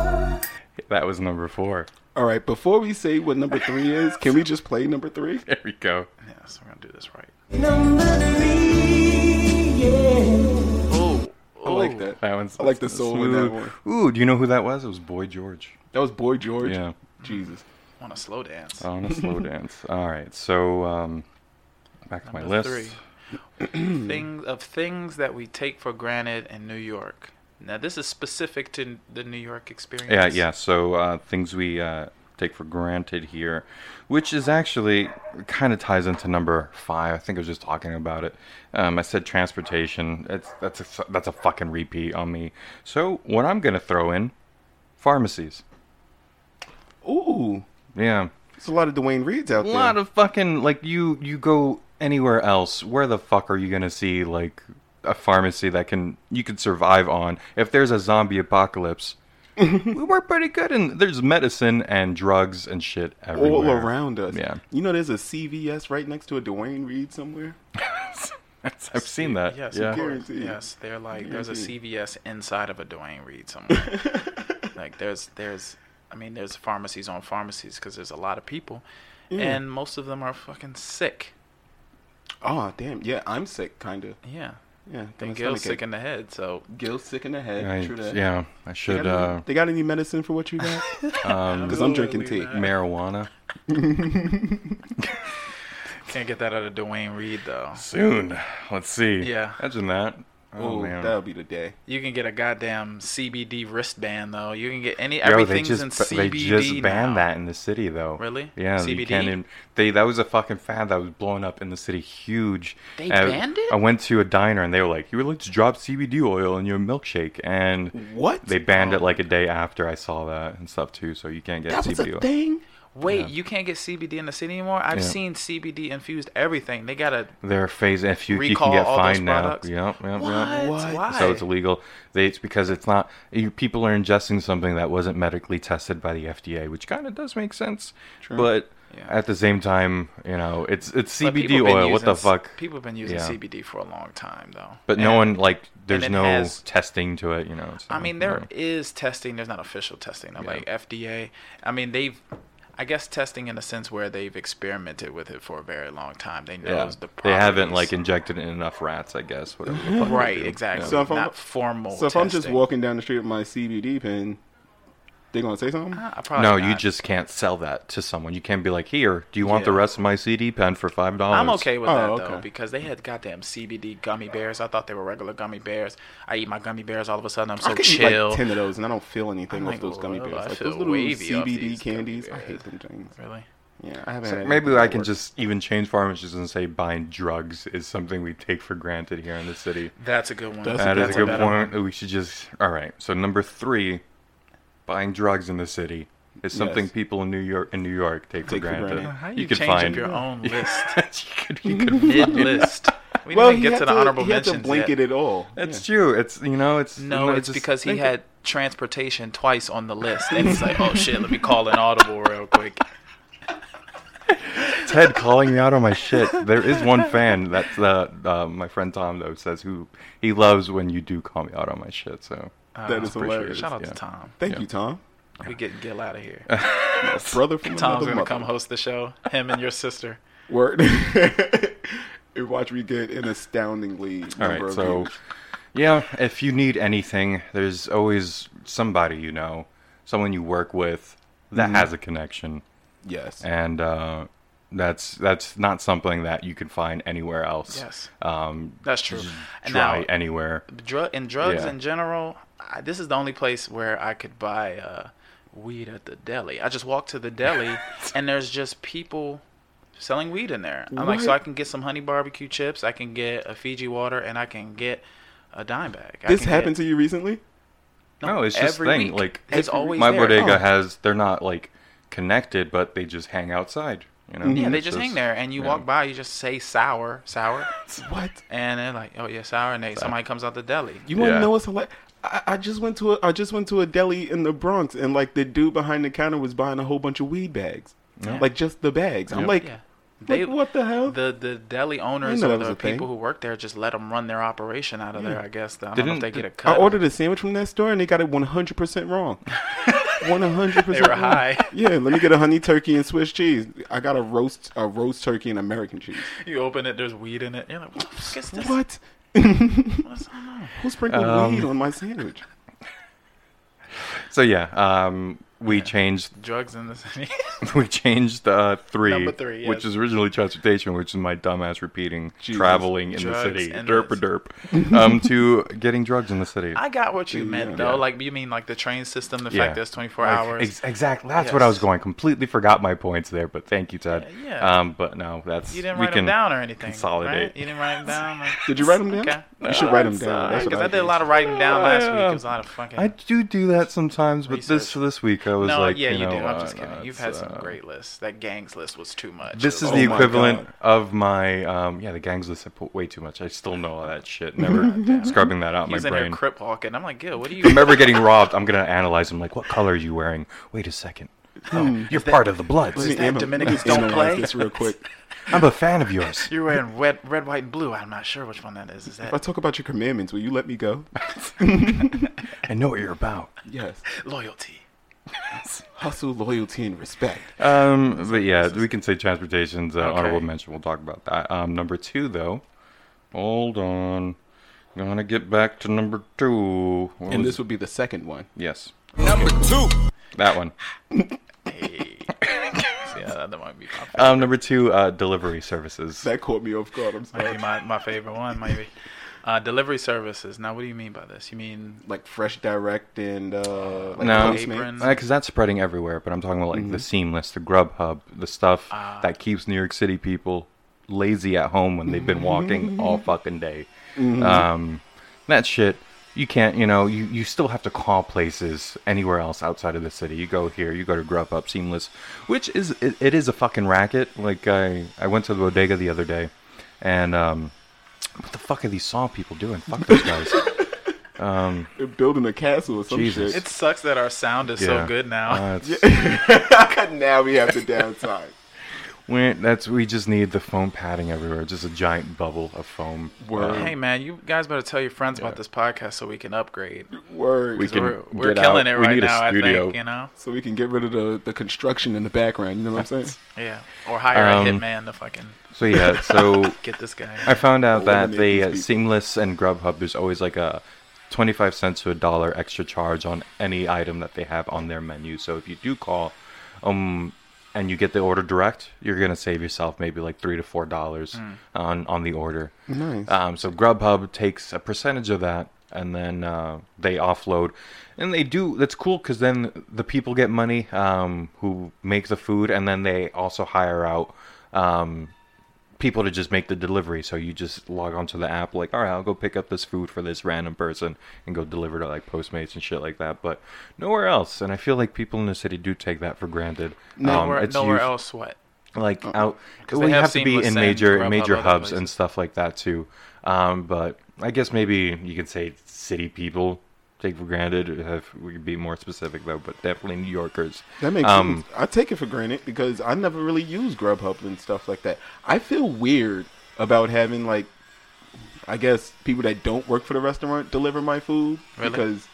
Speaker 6: That was number four.
Speaker 7: All right, before we say what number three is, can we just play number three?
Speaker 6: There we go.
Speaker 4: yeah, so we're gonna do this right.
Speaker 3: Number three, yeah.
Speaker 4: Oh,
Speaker 7: I like that.
Speaker 6: That one's.
Speaker 7: I like the soul in that one.
Speaker 6: Ooh, do you know who that was? It was Boy George.
Speaker 7: That was Boy George.
Speaker 6: Yeah.
Speaker 7: Jesus.
Speaker 4: on a slow dance.
Speaker 6: On a slow dance. All right. So um, back to my
Speaker 4: Number
Speaker 6: list.
Speaker 4: Three. things of things that we take for granted in New York. Now this is specific to the New York experience.
Speaker 6: Yeah, yeah. So uh, things we uh, take for granted here, which is actually kind of ties into number five. I think I was just talking about it. Um, I said transportation. That's that's a that's a fucking repeat on me. So what I'm gonna throw in, pharmacies.
Speaker 7: Ooh,
Speaker 6: Yeah,
Speaker 7: there's a lot of Dwayne Reeds out
Speaker 6: a
Speaker 7: there.
Speaker 6: lot of fucking like you you go anywhere else. Where the fuck are you gonna see like a pharmacy that can you could survive on? If there's a zombie apocalypse. we were pretty good, and there's medicine and drugs and shit everywhere.
Speaker 7: all around us.
Speaker 6: Yeah.
Speaker 7: You know, there's a CVS right next to a Dwayne Reed somewhere.
Speaker 6: I've seen that.
Speaker 4: Yes,
Speaker 6: yeah.
Speaker 4: of course.
Speaker 7: Guaranteed.
Speaker 4: Yes, they're like there's a
Speaker 7: Guaranteed.
Speaker 4: CVS inside of a Dwayne Reed somewhere. like there's there's I mean there's pharmacies on pharmacies because there's a lot of people, and most of them are fucking sick.
Speaker 7: Oh, damn. Yeah, I'm sick, kind of.
Speaker 4: Yeah,
Speaker 7: Yeah.
Speaker 4: they get sick in the head. So
Speaker 7: Gil's sick in the head.
Speaker 6: I,
Speaker 7: True that.
Speaker 6: yeah, I
Speaker 7: They
Speaker 6: should
Speaker 7: got, any,
Speaker 6: uh,
Speaker 7: they got any medicine for what you got? Because I'm drinking tea.
Speaker 6: uh, marijuana
Speaker 4: can't get that out of Dwayne Reed though.
Speaker 6: soon. Let's see.
Speaker 4: Yeah.
Speaker 6: imagine that. Oh
Speaker 7: Ooh,
Speaker 6: man,
Speaker 7: that'll be the day.
Speaker 4: You can get a goddamn CBD wristband though. You can get any
Speaker 6: Yo, they
Speaker 4: everything's
Speaker 6: just
Speaker 4: in
Speaker 6: ba-
Speaker 4: CBD
Speaker 6: they just banned
Speaker 4: now.
Speaker 6: that in the city though.
Speaker 4: Really?
Speaker 6: Yeah, you
Speaker 4: CBD?
Speaker 6: can't. even- they that was a fucking fad that was blowing up in the city, huge.
Speaker 4: They
Speaker 6: Uh,
Speaker 4: banned it?
Speaker 6: I went to a diner and they were like, "You would like to drop CBD oil in your milkshake," and
Speaker 7: What?
Speaker 6: they banned it like a day after I saw that and stuff too. So you can't get
Speaker 7: that was
Speaker 6: CBD
Speaker 7: a
Speaker 6: oil.
Speaker 7: thing?
Speaker 4: Wait, you can't get CBD in the city anymore. I've
Speaker 6: Yeah.
Speaker 4: seen CBD infused everything. They got a
Speaker 6: They're phasing. If you, you
Speaker 4: Recall
Speaker 6: can get
Speaker 4: all those
Speaker 6: fined now.
Speaker 4: products?
Speaker 6: Yep, yep, yep.
Speaker 4: what?
Speaker 7: What?
Speaker 4: Why?
Speaker 6: So it's illegal. They, it's because it's not. You, people are ingesting something that wasn't medically tested by the FDA, which kind of does make sense. But
Speaker 4: Yeah.
Speaker 6: at the same time, you know, it's it's
Speaker 4: But
Speaker 6: CBD
Speaker 4: people been
Speaker 6: oil. What
Speaker 4: using
Speaker 6: the
Speaker 4: s-
Speaker 6: fuck?
Speaker 4: People have been using
Speaker 6: Yeah.
Speaker 4: CBD for a long time though.
Speaker 6: But no one
Speaker 4: And-
Speaker 6: like. There's
Speaker 4: it
Speaker 6: no
Speaker 4: has-
Speaker 6: testing to it. You know. so,
Speaker 4: I mean, there
Speaker 6: yeah.
Speaker 4: is testing. There's not official testing. though, Like FDA. I mean, they've. I guess testing in a sense where they've experimented with it for a very long time. They know
Speaker 6: Yeah.
Speaker 4: the. Properties.
Speaker 6: they haven't like injected it in enough rats, I guess. Whatever. the fuck they
Speaker 4: Right.
Speaker 6: do.
Speaker 4: Exactly.
Speaker 7: So if I'm-
Speaker 4: not formal.
Speaker 7: So if I'm just
Speaker 4: testing.
Speaker 7: walking down the street with my CBD pen, they going to say something?
Speaker 4: I Uh, probably
Speaker 6: No, you
Speaker 4: not.
Speaker 6: just can't sell that to someone. You can't be like, here, do you want the
Speaker 4: Yeah.
Speaker 6: rest of my CD pen for five dollars?
Speaker 4: I'm okay with
Speaker 7: Oh,
Speaker 4: that though
Speaker 7: okay.
Speaker 4: because they had goddamn CBD gummy bears. I thought they were regular gummy bears. I eat my gummy bears all of a sudden. I'm so
Speaker 7: I could eat
Speaker 4: chill.
Speaker 7: like ten of those, and I don't feel anything
Speaker 4: I'm
Speaker 7: off
Speaker 4: like,
Speaker 7: those gummy
Speaker 4: "Whoa,
Speaker 7: bears.
Speaker 4: I
Speaker 7: Like
Speaker 4: feel
Speaker 7: those little
Speaker 4: wavy off these
Speaker 7: CBD
Speaker 4: gummy
Speaker 7: candies, I
Speaker 4: bears."
Speaker 7: hate them things.
Speaker 4: really?
Speaker 7: Yeah, I haven't.
Speaker 6: So
Speaker 7: had
Speaker 6: maybe
Speaker 7: anything
Speaker 6: I
Speaker 7: that
Speaker 6: can
Speaker 7: worked.
Speaker 6: just even change pharmacists and say buying drugs is something we take for granted here in the city.
Speaker 4: That's a good one.
Speaker 7: That's
Speaker 6: That is a
Speaker 7: that's
Speaker 6: good
Speaker 4: better one.
Speaker 6: point. We should just. All right. So number three, buying drugs in the city is something
Speaker 7: Yes.
Speaker 6: people in New York in New York take,
Speaker 7: Take
Speaker 6: for
Speaker 7: for
Speaker 6: granted.
Speaker 7: granted.
Speaker 4: How
Speaker 6: you
Speaker 4: you,
Speaker 6: could
Speaker 4: changing
Speaker 6: find
Speaker 4: your own list?
Speaker 6: you could, you could
Speaker 4: Mid
Speaker 6: find-
Speaker 4: list. We didn't
Speaker 7: well,
Speaker 4: even
Speaker 7: he
Speaker 4: get
Speaker 7: had
Speaker 4: to the honorable
Speaker 7: he had to
Speaker 4: mentions
Speaker 7: blink
Speaker 4: yet.
Speaker 7: it at all.
Speaker 6: That's true. It's you know it's
Speaker 4: No,
Speaker 6: you know,
Speaker 4: it's
Speaker 6: just
Speaker 4: because he
Speaker 6: think-
Speaker 4: had transportation twice on the list, and he's like, "Oh shit, let me call an audible real quick."
Speaker 6: Ted calling me out on my shit. There is one fan that's uh, uh, my friend Tom though says who he loves when you do call me out on my shit. So
Speaker 7: that
Speaker 6: pretty
Speaker 7: is
Speaker 6: sure
Speaker 7: hilarious.
Speaker 4: Shout out
Speaker 6: Yeah.
Speaker 4: to Tom.
Speaker 7: Thank
Speaker 6: Yeah.
Speaker 7: you, Tom.
Speaker 4: We get Gil out of here.
Speaker 7: Brother from
Speaker 4: Tom's
Speaker 7: another
Speaker 4: gonna
Speaker 7: mother.
Speaker 4: come host the show. Him and your sister.
Speaker 7: Word. and watch me get an astoundingly
Speaker 6: All
Speaker 7: number
Speaker 6: right,
Speaker 7: of
Speaker 6: so
Speaker 7: views.
Speaker 6: yeah, if you need anything, there's always somebody you know, someone you work with that
Speaker 4: Mm-hmm.
Speaker 6: has a connection,
Speaker 7: Yes.
Speaker 6: and uh, that's that's not something that you can find anywhere else.
Speaker 4: Yes.
Speaker 6: um,
Speaker 4: That's true. And
Speaker 6: try
Speaker 4: now,
Speaker 6: anywhere.
Speaker 4: drug and drugs
Speaker 6: Yeah.
Speaker 4: in general. I, this is the only place where I could buy uh, weed at the deli. I just walk to the deli and there's just people selling weed in there. I'm like, so I can get some honey barbecue chips, I can get a Fiji water, and I can get a dime bag.
Speaker 7: this happened to you recently?
Speaker 6: No, it's just
Speaker 4: every
Speaker 6: thing
Speaker 4: week.
Speaker 6: like
Speaker 4: It's always
Speaker 6: my
Speaker 4: there.
Speaker 6: bodega
Speaker 4: Oh.
Speaker 6: has. They're not like connected, but they just hang outside. You know,
Speaker 4: Yeah, they
Speaker 6: It's
Speaker 4: just hang there, and you
Speaker 6: yeah.
Speaker 4: walk by, you just say sour, sour,
Speaker 7: What?
Speaker 4: and they're like, oh yeah, sour, and they, somebody comes out the deli.
Speaker 7: You want to
Speaker 6: Yeah.
Speaker 7: know what's hilarious? I, I just went to a I just went to a deli in the Bronx and like the dude behind the counter was buying a whole bunch of weed bags, like just the bags. I'm
Speaker 6: Yep.
Speaker 7: like,
Speaker 4: Yeah.
Speaker 7: Like, what the hell?
Speaker 4: The the deli owners
Speaker 7: know that
Speaker 4: or
Speaker 7: was
Speaker 4: the
Speaker 7: a thing.
Speaker 4: people who work there just let them run their operation out of there. I guess I don't know
Speaker 6: Didn't-
Speaker 4: if they get a cut.
Speaker 7: I
Speaker 4: or-
Speaker 7: ordered a sandwich from that store and they got it 100 percent wrong. 100 percent.
Speaker 4: They were high.
Speaker 7: Yeah, let me get a honey turkey and Swiss cheese. I got a roast a roast turkey and American cheese.
Speaker 4: You open it, there's weed in it. You're like, what the fuck is this?
Speaker 7: What?
Speaker 4: What's going on?
Speaker 7: Who sprinkled
Speaker 6: Um,
Speaker 7: weed on my sandwich?
Speaker 6: So yeah, um, we changed
Speaker 4: Drugs in the city.
Speaker 6: we changed uh, three,
Speaker 4: Number three, yes.
Speaker 6: which is originally transportation, which is my dumbass repeating
Speaker 7: Jesus.
Speaker 6: traveling in
Speaker 4: Drugs
Speaker 6: the city,
Speaker 4: and
Speaker 6: derp a derp, um, to getting drugs in the city.
Speaker 4: I got what you meant though.
Speaker 6: Yeah.
Speaker 4: Like you mean like the train system, the
Speaker 6: Yeah.
Speaker 4: fact that it's 24
Speaker 6: Like,
Speaker 4: hours.
Speaker 6: ex- exactly. That's what I
Speaker 4: Yes.
Speaker 6: was going. Completely forgot my points there, but thank you, Ted.
Speaker 4: Yeah, yeah.
Speaker 6: Um, but no, that's
Speaker 4: you didn't
Speaker 6: we
Speaker 4: write
Speaker 6: can
Speaker 4: them down or anything.
Speaker 6: consolidate.
Speaker 4: Right? You didn't write them down. Like,
Speaker 7: Did you write them down?
Speaker 4: Okay.
Speaker 7: You should write them down. That's
Speaker 4: Because
Speaker 7: what I
Speaker 4: I did a lot of writing down last week.
Speaker 6: yeah.
Speaker 4: It was a lot of fucking.
Speaker 6: I do do that sometimes, but this
Speaker 4: Research.
Speaker 6: this week I was
Speaker 4: no,
Speaker 6: like,
Speaker 4: yeah, you,
Speaker 6: know,
Speaker 4: do. I'm
Speaker 6: uh,
Speaker 4: just kidding.
Speaker 6: no,
Speaker 4: You've
Speaker 6: it's,
Speaker 4: had some Oh
Speaker 6: uh,
Speaker 4: great lists. That gangs list was too much.
Speaker 6: This
Speaker 4: It
Speaker 6: is
Speaker 4: was-
Speaker 6: the
Speaker 7: my
Speaker 6: equivalent
Speaker 7: God.
Speaker 6: of my um, yeah the gangs list. I put way too much. I still know all that shit. Never scrubbing that out
Speaker 4: He
Speaker 6: my
Speaker 4: was in here
Speaker 6: brain.
Speaker 4: crip walking. I'm like, Gil, what do you?
Speaker 6: If I'm ever getting robbed, I'm gonna analyze. I'm like, what color are you wearing? Wait a second. Oh, you're part of the Bloods.
Speaker 4: that
Speaker 7: ana- let
Speaker 4: Dominicans
Speaker 7: me
Speaker 4: don't
Speaker 7: analyze
Speaker 4: play?
Speaker 7: This real quick.
Speaker 6: I'm a fan of yours.
Speaker 4: You're wearing red, red, white, and blue. I'm not sure which one that is. Is
Speaker 7: If I
Speaker 4: that
Speaker 7: talk about your commandments, will you let me go?
Speaker 6: I know what you're about.
Speaker 7: Yes.
Speaker 4: loyalty?
Speaker 7: Hustle, loyalty, and respect.
Speaker 6: Um, but yeah, we can say transportation's uh, honorable
Speaker 4: Okay.
Speaker 6: mention. We'll talk about that. Um, number two, though. Hold on. Gonna get back to number two. What
Speaker 7: And
Speaker 6: was-
Speaker 7: this would be the second one.
Speaker 6: yes,
Speaker 5: Number two.
Speaker 6: that one.
Speaker 4: Yeah, that, that might be my favorite.
Speaker 6: Um, number two, uh, delivery services.
Speaker 7: That caught me off guard. I'm
Speaker 4: might
Speaker 7: sorry.
Speaker 4: be my, my favorite one, maybe. Uh, delivery services. Now, what do you mean by this? You mean
Speaker 7: Like Fresh Direct and uh, like
Speaker 6: No.
Speaker 7: Postmates.
Speaker 4: Apron.
Speaker 6: Because that's spreading everywhere, but I'm talking about like the seamless, the Grubhub, the stuff that keeps New York City people lazy at home when they've been walking all fucking day. Um, that shit, you can't, you know, you, you still have to call places anywhere else outside of the city. You go here, you go to Grubhub, Seamless, which is it, it is a fucking racket. Like I I went to the bodega the other day, and um, what the fuck are these saw people doing? Fuck those guys.
Speaker 7: They're building a castle or some
Speaker 6: Jesus.
Speaker 7: shit.
Speaker 4: it sucks that our sound is
Speaker 6: Yeah.
Speaker 4: so good
Speaker 6: Uh,
Speaker 4: now?
Speaker 6: it's-
Speaker 7: now we have the downtime.
Speaker 6: We that's we just need the foam padding everywhere, just a giant bubble of foam.
Speaker 7: Word.
Speaker 4: hey, man, you guys better tell your friends about this podcast so we can upgrade.
Speaker 7: Word.
Speaker 6: We
Speaker 4: 'Cause
Speaker 6: can
Speaker 4: We're, we're
Speaker 6: get
Speaker 4: killing
Speaker 6: out.
Speaker 4: it
Speaker 6: We
Speaker 4: right
Speaker 6: need a
Speaker 4: now. I
Speaker 6: studio.
Speaker 4: think you know.
Speaker 7: so we can get rid of the, the construction in the background. You know what I'm saying?
Speaker 4: Yeah, or hire
Speaker 6: Um,
Speaker 4: a hitman to fucking
Speaker 6: So yeah, so
Speaker 4: get this guy.
Speaker 6: I found out that
Speaker 7: Eliminate
Speaker 6: the
Speaker 7: these
Speaker 6: uh,
Speaker 7: people.
Speaker 6: Seamless and Grubhub there's always like a 25 cents to a dollar extra charge on any item that they have on their menu. So if you do call um and you get the order direct, you're going to save yourself maybe like 3 to 4 dollars on on the order.
Speaker 7: Nice.
Speaker 6: Um so Grubhub takes a percentage of that and then uh, they offload and they do that's cool because then the people get money um, who make the food and then they also hire out um, people to just make the delivery so you just log onto the app like all right i'll go pick up this food for this random person and go deliver to like postmates and shit like that but nowhere else and i feel like people in the city do take that for granted
Speaker 4: Nowhere, nowhere
Speaker 6: used-
Speaker 4: else. What?
Speaker 6: like out because
Speaker 4: they
Speaker 6: we
Speaker 4: have
Speaker 6: have, to be in
Speaker 4: Seamless and
Speaker 6: major
Speaker 4: Grubhub,
Speaker 6: major
Speaker 4: other
Speaker 6: hubs
Speaker 4: places.
Speaker 6: and stuff like that too um but i guess maybe you could say city people take for granted if we could be more specific though but definitely new yorkers
Speaker 7: That makes
Speaker 6: um
Speaker 7: sense. I take it for granted because I never really use Grubhub and stuff like that. I feel weird about having like, I guess people that don't work for the restaurant deliver my food
Speaker 4: Really?
Speaker 7: because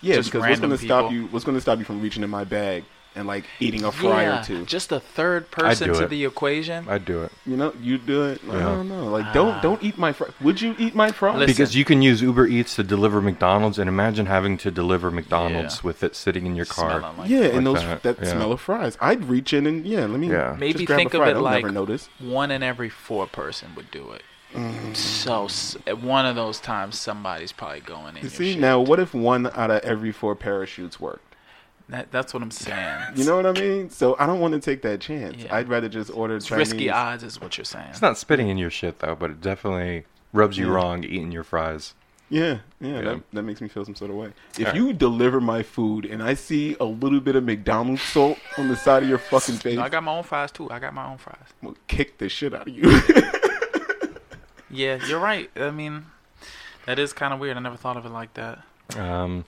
Speaker 7: yeah,
Speaker 4: Just
Speaker 7: because what's
Speaker 4: random
Speaker 7: going to stop
Speaker 4: people.
Speaker 7: you? What's going to stop you from reaching in my bag and like eating a fry or two?
Speaker 4: Just a third person
Speaker 6: do
Speaker 4: to
Speaker 6: it.
Speaker 4: the equation.
Speaker 6: i'd do it
Speaker 7: You know, you do it. I
Speaker 6: Yeah.
Speaker 7: don't know. Like, don't don't eat my fry. Would you eat my fry?
Speaker 4: Listen.
Speaker 6: because you can use uber eats to deliver mcdonald's and imagine having to deliver mcdonald's
Speaker 4: Yeah.
Speaker 6: with it sitting in your car
Speaker 4: Smelling like
Speaker 7: yeah,
Speaker 6: like
Speaker 7: and those
Speaker 6: that,
Speaker 7: that,
Speaker 6: yeah.
Speaker 7: smell of fries. I'd reach in and yeah, let me
Speaker 6: Yeah.
Speaker 4: Maybe
Speaker 7: just grab
Speaker 4: think
Speaker 7: a
Speaker 4: of
Speaker 7: fry.
Speaker 4: it
Speaker 7: They'll
Speaker 4: like
Speaker 7: never notice. Mm.
Speaker 4: one in every four person would do it. So s- at one of those times, somebody's probably going in.
Speaker 7: You
Speaker 4: your
Speaker 7: see
Speaker 4: shit.
Speaker 7: now, what if one out of every four parachutes worked?
Speaker 4: That, that's what I'm saying.
Speaker 7: You know what I mean? So I don't want to take that chance.
Speaker 4: Yeah.
Speaker 7: I'd rather just order
Speaker 4: it's
Speaker 7: Chinese.
Speaker 4: risky
Speaker 6: ah.
Speaker 4: odds is what you're saying.
Speaker 6: it's not spitting in your shit though but it definitely rubs you wrong eating your fries
Speaker 7: Yeah, yeah,
Speaker 6: Yeah.
Speaker 7: That, that makes me feel some sort of way. If you deliver my food and I see a little bit of McDonald's salt on the side of your fucking face,
Speaker 4: I got my own fries too. I got my own fries.
Speaker 7: I'm gonna kick the shit out of you.
Speaker 4: Yeah, you're right. I mean, that is kind of weird. I never thought of it like that.
Speaker 6: um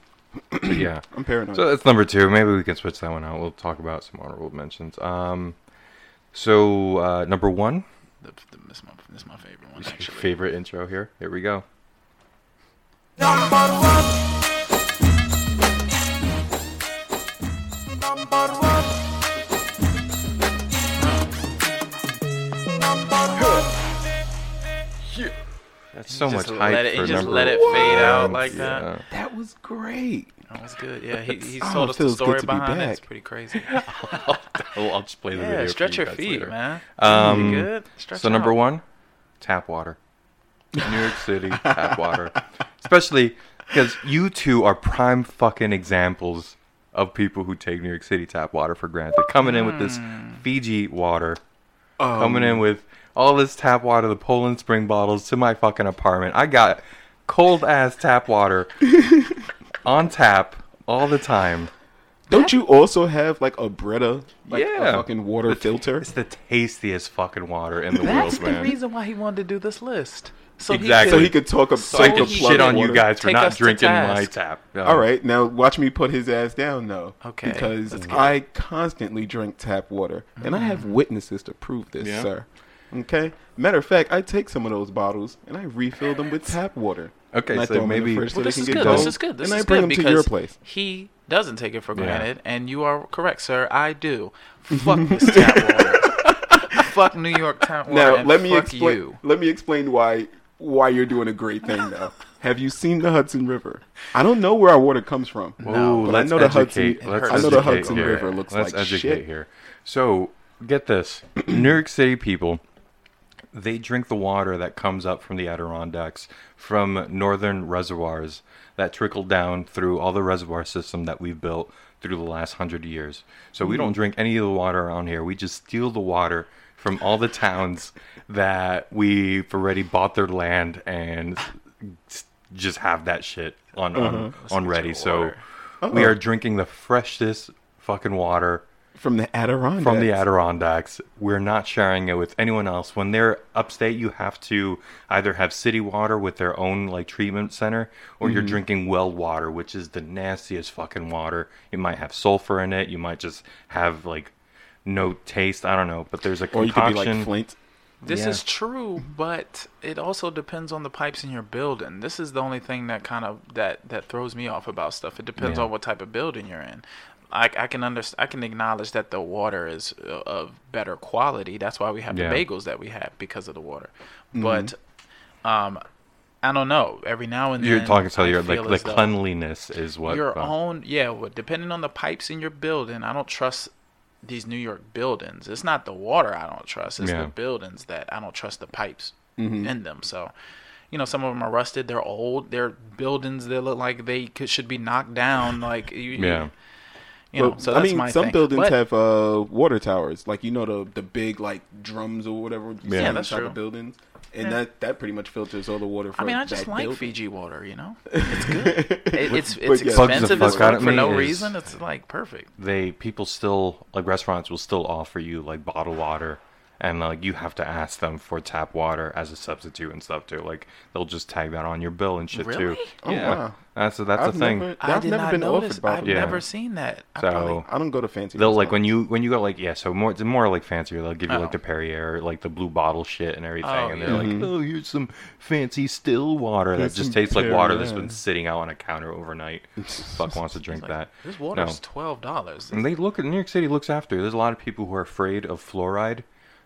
Speaker 6: but yeah
Speaker 7: I'm paranoid.
Speaker 6: So that's number two. Maybe we can switch that one out. We'll talk about some honorable mentions. Um, so uh, number one,
Speaker 4: The, the, this my this my favorite one actually.
Speaker 6: favorite intro here. Here we go. That's so
Speaker 4: Just
Speaker 6: much hype
Speaker 4: let it,
Speaker 6: for
Speaker 4: you just
Speaker 6: number
Speaker 4: let it
Speaker 6: one.
Speaker 4: fade out like
Speaker 6: Yeah.
Speaker 4: that.
Speaker 7: that was great.
Speaker 4: That was good. Yeah, he, he
Speaker 7: Oh,
Speaker 4: told
Speaker 7: it
Speaker 4: us the
Speaker 7: feels good
Speaker 4: story
Speaker 7: to be
Speaker 4: behind it. It's
Speaker 7: back.
Speaker 4: pretty crazy. Oh,
Speaker 6: I'll, I'll just play the video.
Speaker 4: yeah,
Speaker 6: for
Speaker 4: stretch
Speaker 6: you
Speaker 4: your
Speaker 6: guys
Speaker 4: feet,
Speaker 6: later.
Speaker 4: man.
Speaker 6: Um,
Speaker 4: you good? Stretch
Speaker 6: so number
Speaker 4: out.
Speaker 6: one, tap water. New York City tap water, especially because you two are prime fucking examples of people who take New York City tap water for granted. Coming in with this
Speaker 4: Hmm.
Speaker 6: Fiji water,
Speaker 4: Oh.
Speaker 6: coming in with all this tap water, the Poland Spring bottles to my fucking apartment. I got cold ass tap water on tap all the time.
Speaker 7: Don't you also have like a Brita, like
Speaker 6: Yeah.
Speaker 7: a fucking water filter?
Speaker 6: It's the tastiest fucking water in the
Speaker 4: That's
Speaker 6: world,
Speaker 4: the
Speaker 6: man.
Speaker 4: reason why he wanted to do this list. So
Speaker 6: Exactly.
Speaker 7: So he could talk about
Speaker 6: so I
Speaker 4: Or
Speaker 6: can
Speaker 4: he
Speaker 6: shit
Speaker 4: could
Speaker 6: on you guys for
Speaker 4: take
Speaker 6: not
Speaker 4: us to
Speaker 6: drinking my
Speaker 4: task.
Speaker 6: tap.
Speaker 7: All right, now watch me put his ass down, though.
Speaker 4: Okay,
Speaker 7: Because I constantly drink tap water, and I
Speaker 4: Mm.
Speaker 7: have witnesses to prove this,
Speaker 6: Yeah.
Speaker 7: sir. Okay. Matter of fact, I take some of those bottles and I refill them with tap water.
Speaker 6: Okay,
Speaker 7: And I
Speaker 6: so
Speaker 7: throw 'em in the
Speaker 6: maybe-
Speaker 7: fridge so
Speaker 4: Well,
Speaker 7: they
Speaker 4: this
Speaker 7: can
Speaker 4: is
Speaker 7: get
Speaker 4: good.
Speaker 7: cold,
Speaker 4: This is good. This
Speaker 7: and
Speaker 4: is
Speaker 7: I bring
Speaker 4: good
Speaker 7: them to
Speaker 4: because
Speaker 7: your place.
Speaker 4: he doesn't take it for
Speaker 6: Yeah.
Speaker 4: granted, and you are correct, sir. I do. Fuck this tap water. fuck New York tap water.
Speaker 7: Now
Speaker 4: and
Speaker 7: let me
Speaker 4: fuck
Speaker 7: explain.
Speaker 4: You.
Speaker 7: Let me explain why why you're doing a great thing now. Have you seen the Hudson River? I don't know where our water comes from.
Speaker 6: Ooh,
Speaker 7: but
Speaker 6: let's
Speaker 7: I know the
Speaker 6: educate.
Speaker 7: Hudson.
Speaker 6: Let's
Speaker 7: I know the
Speaker 6: educate
Speaker 7: Hudson
Speaker 6: here.
Speaker 7: River looks
Speaker 6: let's
Speaker 7: like
Speaker 6: educate
Speaker 7: shit.
Speaker 6: here. So get this: New York City people, they drink the water that comes up from the Adirondacks, from northern reservoirs that trickle down through all the reservoir system that we've built through the last hundred years. So we don't drink any of the water around here. We just steal the water. From all the towns that we've already bought their land and s- just have that shit on on, on ready. So we are drinking the freshest fucking water
Speaker 7: From the Adirondacks.
Speaker 6: from the Adirondacks. We're not sharing it with anyone else. When they're upstate, you have to either have city water with their own like treatment center, or
Speaker 4: Mm-hmm.
Speaker 6: you're drinking well water, which is the nastiest fucking water. It might have sulfur in it. You might just have like no taste. I don't know. But there's a
Speaker 7: Or you could be
Speaker 6: concoction.
Speaker 7: like Flint.
Speaker 4: This
Speaker 6: Yeah.
Speaker 4: is true, but it also depends on the pipes in your building. This is the only thing that kind of that that throws me off about stuff. It depends
Speaker 6: Yeah.
Speaker 4: on what type of building you're in. I, I can under, I can acknowledge that the water is uh, of better quality. That's why we have
Speaker 6: Yeah. Mm-hmm.
Speaker 4: the bagels that we have because of the water. But um, I don't know. Every now and then
Speaker 6: you're talking so
Speaker 4: I
Speaker 6: you're
Speaker 4: feel
Speaker 6: like the
Speaker 4: as though-
Speaker 6: cleanliness is what
Speaker 4: your
Speaker 6: uh,
Speaker 4: own yeah well, depending on the pipes in your building i don't trust these new york buildings it's not the water i don't trust it's
Speaker 6: Yeah.
Speaker 7: Mm-hmm.
Speaker 4: the buildings that i don't trust the pipes in them so you know, some of them are rusted. They're old. They're buildings that look like they could, should be knocked down. Like you,
Speaker 6: Yeah.
Speaker 4: you know.
Speaker 7: But,
Speaker 4: so that's
Speaker 7: I mean,
Speaker 4: my
Speaker 7: some
Speaker 4: thing.
Speaker 7: buildings
Speaker 4: But-
Speaker 7: have uh, water towers, like you know the the big like drums or whatever. you see
Speaker 6: Yeah,
Speaker 7: on
Speaker 4: that's
Speaker 7: top
Speaker 4: true.
Speaker 7: Of buildings, and that that pretty much filters all the water. For
Speaker 4: I mean, I just
Speaker 7: that
Speaker 4: like
Speaker 7: building.
Speaker 4: Fiji water. You know, it's good. It, it's
Speaker 7: But
Speaker 4: it's
Speaker 6: Bugs
Speaker 7: yeah.
Speaker 6: the
Speaker 4: expensive
Speaker 6: fuck
Speaker 4: as
Speaker 6: out
Speaker 4: fuck
Speaker 6: of
Speaker 4: for
Speaker 6: me
Speaker 4: no
Speaker 6: is-
Speaker 4: reason. It's like perfect.
Speaker 6: they people still like restaurants will still offer you like bottled water and like you have to ask them for tap water as a substitute and stuff too like they'll just tag that on your bill and shit
Speaker 4: Really?
Speaker 6: too
Speaker 7: Oh,
Speaker 6: yeah
Speaker 7: wow.
Speaker 6: that's that's
Speaker 7: I've
Speaker 6: a thing
Speaker 7: never,
Speaker 4: I
Speaker 7: I've
Speaker 4: did
Speaker 7: never
Speaker 4: not
Speaker 7: been
Speaker 4: notice.
Speaker 7: offered
Speaker 4: I've
Speaker 7: bottled
Speaker 6: Yeah.
Speaker 4: never seen that. I
Speaker 6: So-
Speaker 4: probably-
Speaker 7: I don't go to fancy.
Speaker 6: they'll like
Speaker 7: restaurants.
Speaker 6: when you when you go like yeah so more it's more like fancier they'll give you
Speaker 4: Oh.
Speaker 6: like the perrier like the blue bottle shit and everything
Speaker 4: Oh,
Speaker 6: and they're like oh here's some fancy still water that
Speaker 7: Here's
Speaker 6: just
Speaker 7: some
Speaker 6: tastes like water that's
Speaker 7: Perrier."
Speaker 6: been sitting out on a counter overnight fuck wants to drink that
Speaker 4: This
Speaker 6: No.
Speaker 4: water's twelve dollars.
Speaker 6: And they look at New York City looks after. it. There's a lot of people who are afraid of fluoride.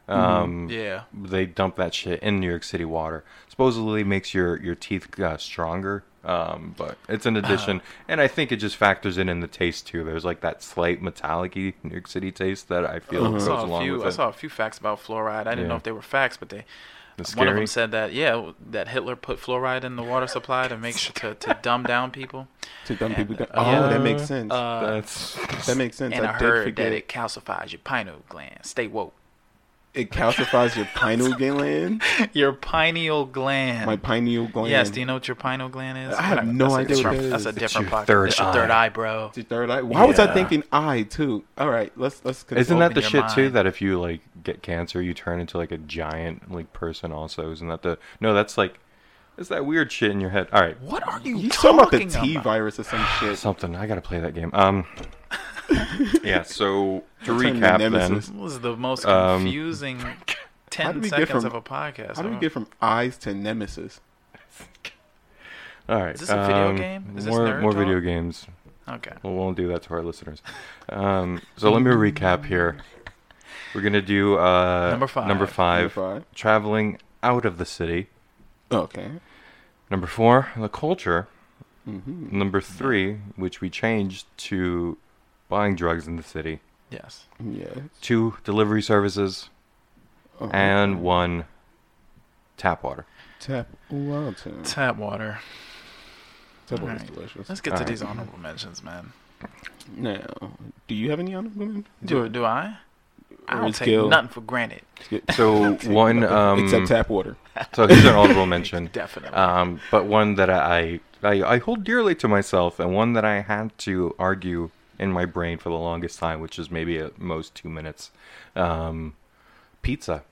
Speaker 7: Mm.
Speaker 6: Um,
Speaker 4: Yeah.
Speaker 6: They dump that shit in New York City water. Supposedly makes your your teeth uh, stronger. Um, but it's an addition, and I think it just factors in in the taste too. There's like that slight metallic New York City taste that I feel
Speaker 4: I
Speaker 6: goes
Speaker 4: saw a
Speaker 6: along
Speaker 4: few.
Speaker 6: with
Speaker 4: I
Speaker 6: it.
Speaker 4: saw a few facts about fluoride. I didn't know
Speaker 6: Yeah.
Speaker 4: if they were facts, but they.
Speaker 6: It's
Speaker 4: One of
Speaker 6: scary.
Speaker 4: them said that yeah, that Hitler put fluoride in the water supply to make sure to, to dumb down people.
Speaker 7: to dumb people, go, oh,
Speaker 4: yeah. Uh,
Speaker 7: that makes sense.
Speaker 6: That's
Speaker 7: that makes sense.
Speaker 4: And I,
Speaker 7: did
Speaker 4: heard
Speaker 7: forget
Speaker 4: that it calcifies your pineal gland. Stay woke.
Speaker 7: it calcifies your pineal gland.
Speaker 4: Your pineal gland.
Speaker 7: My pineal gland.
Speaker 4: Yes. Do you know what your pineal gland is?
Speaker 7: I have
Speaker 4: That's
Speaker 7: no
Speaker 4: a
Speaker 7: idea what
Speaker 4: different-
Speaker 7: that is.
Speaker 4: That's a
Speaker 7: It's
Speaker 4: different
Speaker 6: your
Speaker 4: pocket.
Speaker 6: third
Speaker 4: it's your
Speaker 6: eye.
Speaker 4: third eye, bro.
Speaker 7: It's your third eye. Why was I
Speaker 6: Yeah.
Speaker 7: thinking eye too? All right, let's let's. Continue.
Speaker 6: Isn't that the
Speaker 4: your
Speaker 6: shit too?
Speaker 4: mind.
Speaker 6: That if you like get cancer, you turn into like a giant like person. Also, isn't that the no? That's like, it's that weird shit in your head. All right,
Speaker 4: What are you,
Speaker 7: you talking
Speaker 4: talking
Speaker 7: about the T
Speaker 4: about?
Speaker 7: virus or some shit?
Speaker 6: something. I gotta play that game. Um, yeah. So to
Speaker 7: Return to
Speaker 6: recap,
Speaker 7: Nemesis.
Speaker 6: then
Speaker 4: This is the most
Speaker 6: Um,
Speaker 4: confusing
Speaker 7: How do
Speaker 4: ten
Speaker 7: we get
Speaker 4: seconds
Speaker 7: from-
Speaker 4: of a podcast.
Speaker 7: How do we
Speaker 4: I've-
Speaker 7: get from eyes to nemesis?
Speaker 6: all right. Is
Speaker 4: this a video game? Is this
Speaker 6: more
Speaker 4: nerd
Speaker 6: more
Speaker 4: talk?
Speaker 6: video games.
Speaker 4: Okay.
Speaker 6: We won't do that to our listeners. Um, so let me recap here. We're gonna do uh,
Speaker 4: Number five.
Speaker 6: Number
Speaker 7: Number
Speaker 6: five.
Speaker 7: five.
Speaker 6: Traveling out of the city.
Speaker 7: Okay.
Speaker 6: Number four, the culture.
Speaker 7: Mm-hmm.
Speaker 6: Number three, which we changed to buying drugs in the city.
Speaker 4: Yes.
Speaker 7: Yes.
Speaker 6: Two, delivery services.
Speaker 7: Oh,
Speaker 6: And one, tap water.
Speaker 7: Tap water.
Speaker 4: Tap water.
Speaker 7: Tap water is
Speaker 4: Alright.
Speaker 7: delicious.
Speaker 4: Let's get to
Speaker 6: Alright.
Speaker 4: these honorable mentions, man.
Speaker 7: Now, do you have any honorable men?
Speaker 4: Do do I? I don't
Speaker 7: Let's
Speaker 4: take
Speaker 7: go.
Speaker 4: nothing for granted.
Speaker 6: So one, um,
Speaker 7: Except tap water.
Speaker 6: so here's an honorable mention.
Speaker 4: Definitely.
Speaker 6: Um, but one that I, I I hold dearly to myself, and one that I had to argue in my brain for the longest time, which is maybe at most two minutes. Um, pizza.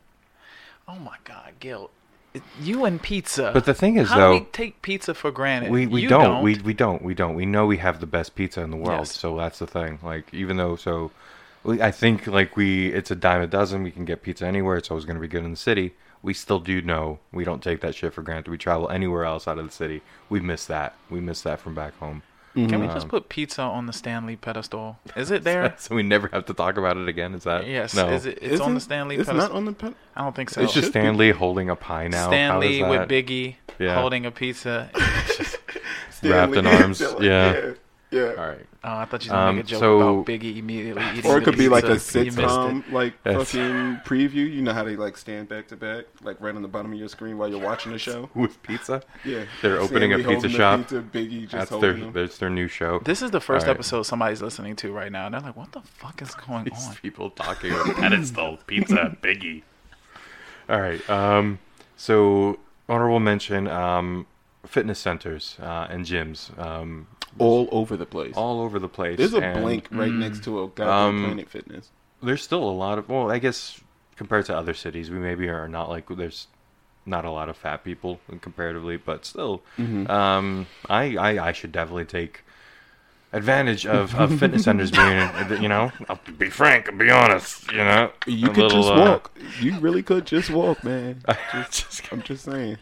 Speaker 4: oh my God, Gil, It- you and pizza.
Speaker 6: But the thing is,
Speaker 4: how
Speaker 6: though,
Speaker 4: do we take pizza for granted?
Speaker 6: we, we
Speaker 4: You
Speaker 6: don't. we we don't we don't we know we have the best pizza in the world
Speaker 4: Yes.
Speaker 6: so that's the thing like even though so we, i think like we it's a dime a dozen we can get pizza anywhere it's always going to be good in the city we still do know we don't take that shit for granted we travel anywhere else out of the city we miss that we miss that from back home
Speaker 4: Can we just put pizza on the Stanley pedestal? Is it there?
Speaker 6: so we never have to talk about it again is that
Speaker 4: yes.
Speaker 6: no
Speaker 4: Is it? It's on the Stanley
Speaker 7: It's
Speaker 4: pedestal.
Speaker 7: not on the pen.
Speaker 4: I don't think so.
Speaker 6: it's just stanley holding a pie now How
Speaker 4: Stanley
Speaker 6: is that?
Speaker 4: with Biggie
Speaker 6: Yeah.
Speaker 4: holding a pizza. Oh,
Speaker 6: Wrapped in arms, yeah.
Speaker 7: Yeah.
Speaker 6: all right
Speaker 4: Oh, I thought you were gonna
Speaker 6: Um,
Speaker 4: make a joke
Speaker 6: so-
Speaker 4: about Biggie immediately eating.
Speaker 7: Or it could be like a
Speaker 4: pizza. You missed it.
Speaker 7: sitcom, Um, like
Speaker 6: Yes.
Speaker 7: fucking preview. You know how they like stand back to back, like right on the bottom of your screen while you're watching the show.
Speaker 6: with pizza
Speaker 7: Yeah,
Speaker 6: They're opening a
Speaker 7: Stanley
Speaker 6: pizza
Speaker 7: holding the
Speaker 6: shop.
Speaker 7: Pizza, Biggie just
Speaker 6: that's their
Speaker 7: holding them.
Speaker 6: that's their new show
Speaker 4: This is the first
Speaker 6: All right.
Speaker 4: episode somebody's listening to right now, and they're like, "What the fuck is going
Speaker 6: These
Speaker 4: on?"
Speaker 6: people talking on pedestal pizza biggie. All right. Um, so honorable mention: um, fitness centers uh, and gyms um,
Speaker 7: all over the place.
Speaker 6: all over the place.
Speaker 7: There's a
Speaker 6: and
Speaker 7: blink right
Speaker 4: Mm.
Speaker 7: next to a goddamn
Speaker 6: Um,
Speaker 7: Planet Fitness.
Speaker 6: There's still a lot of. Well, I guess compared to other cities, we maybe are not like there's not a lot of fat people comparatively, but still,
Speaker 7: Mm-hmm.
Speaker 6: um, I, I I should definitely take. Advantage of, of fitness centers being, you know, I'll be frank, I'll be honest, you know.
Speaker 7: You
Speaker 6: a
Speaker 7: could
Speaker 6: little,
Speaker 7: just
Speaker 6: uh,
Speaker 7: walk. You really could just walk, man.
Speaker 6: just
Speaker 7: I'm just saying.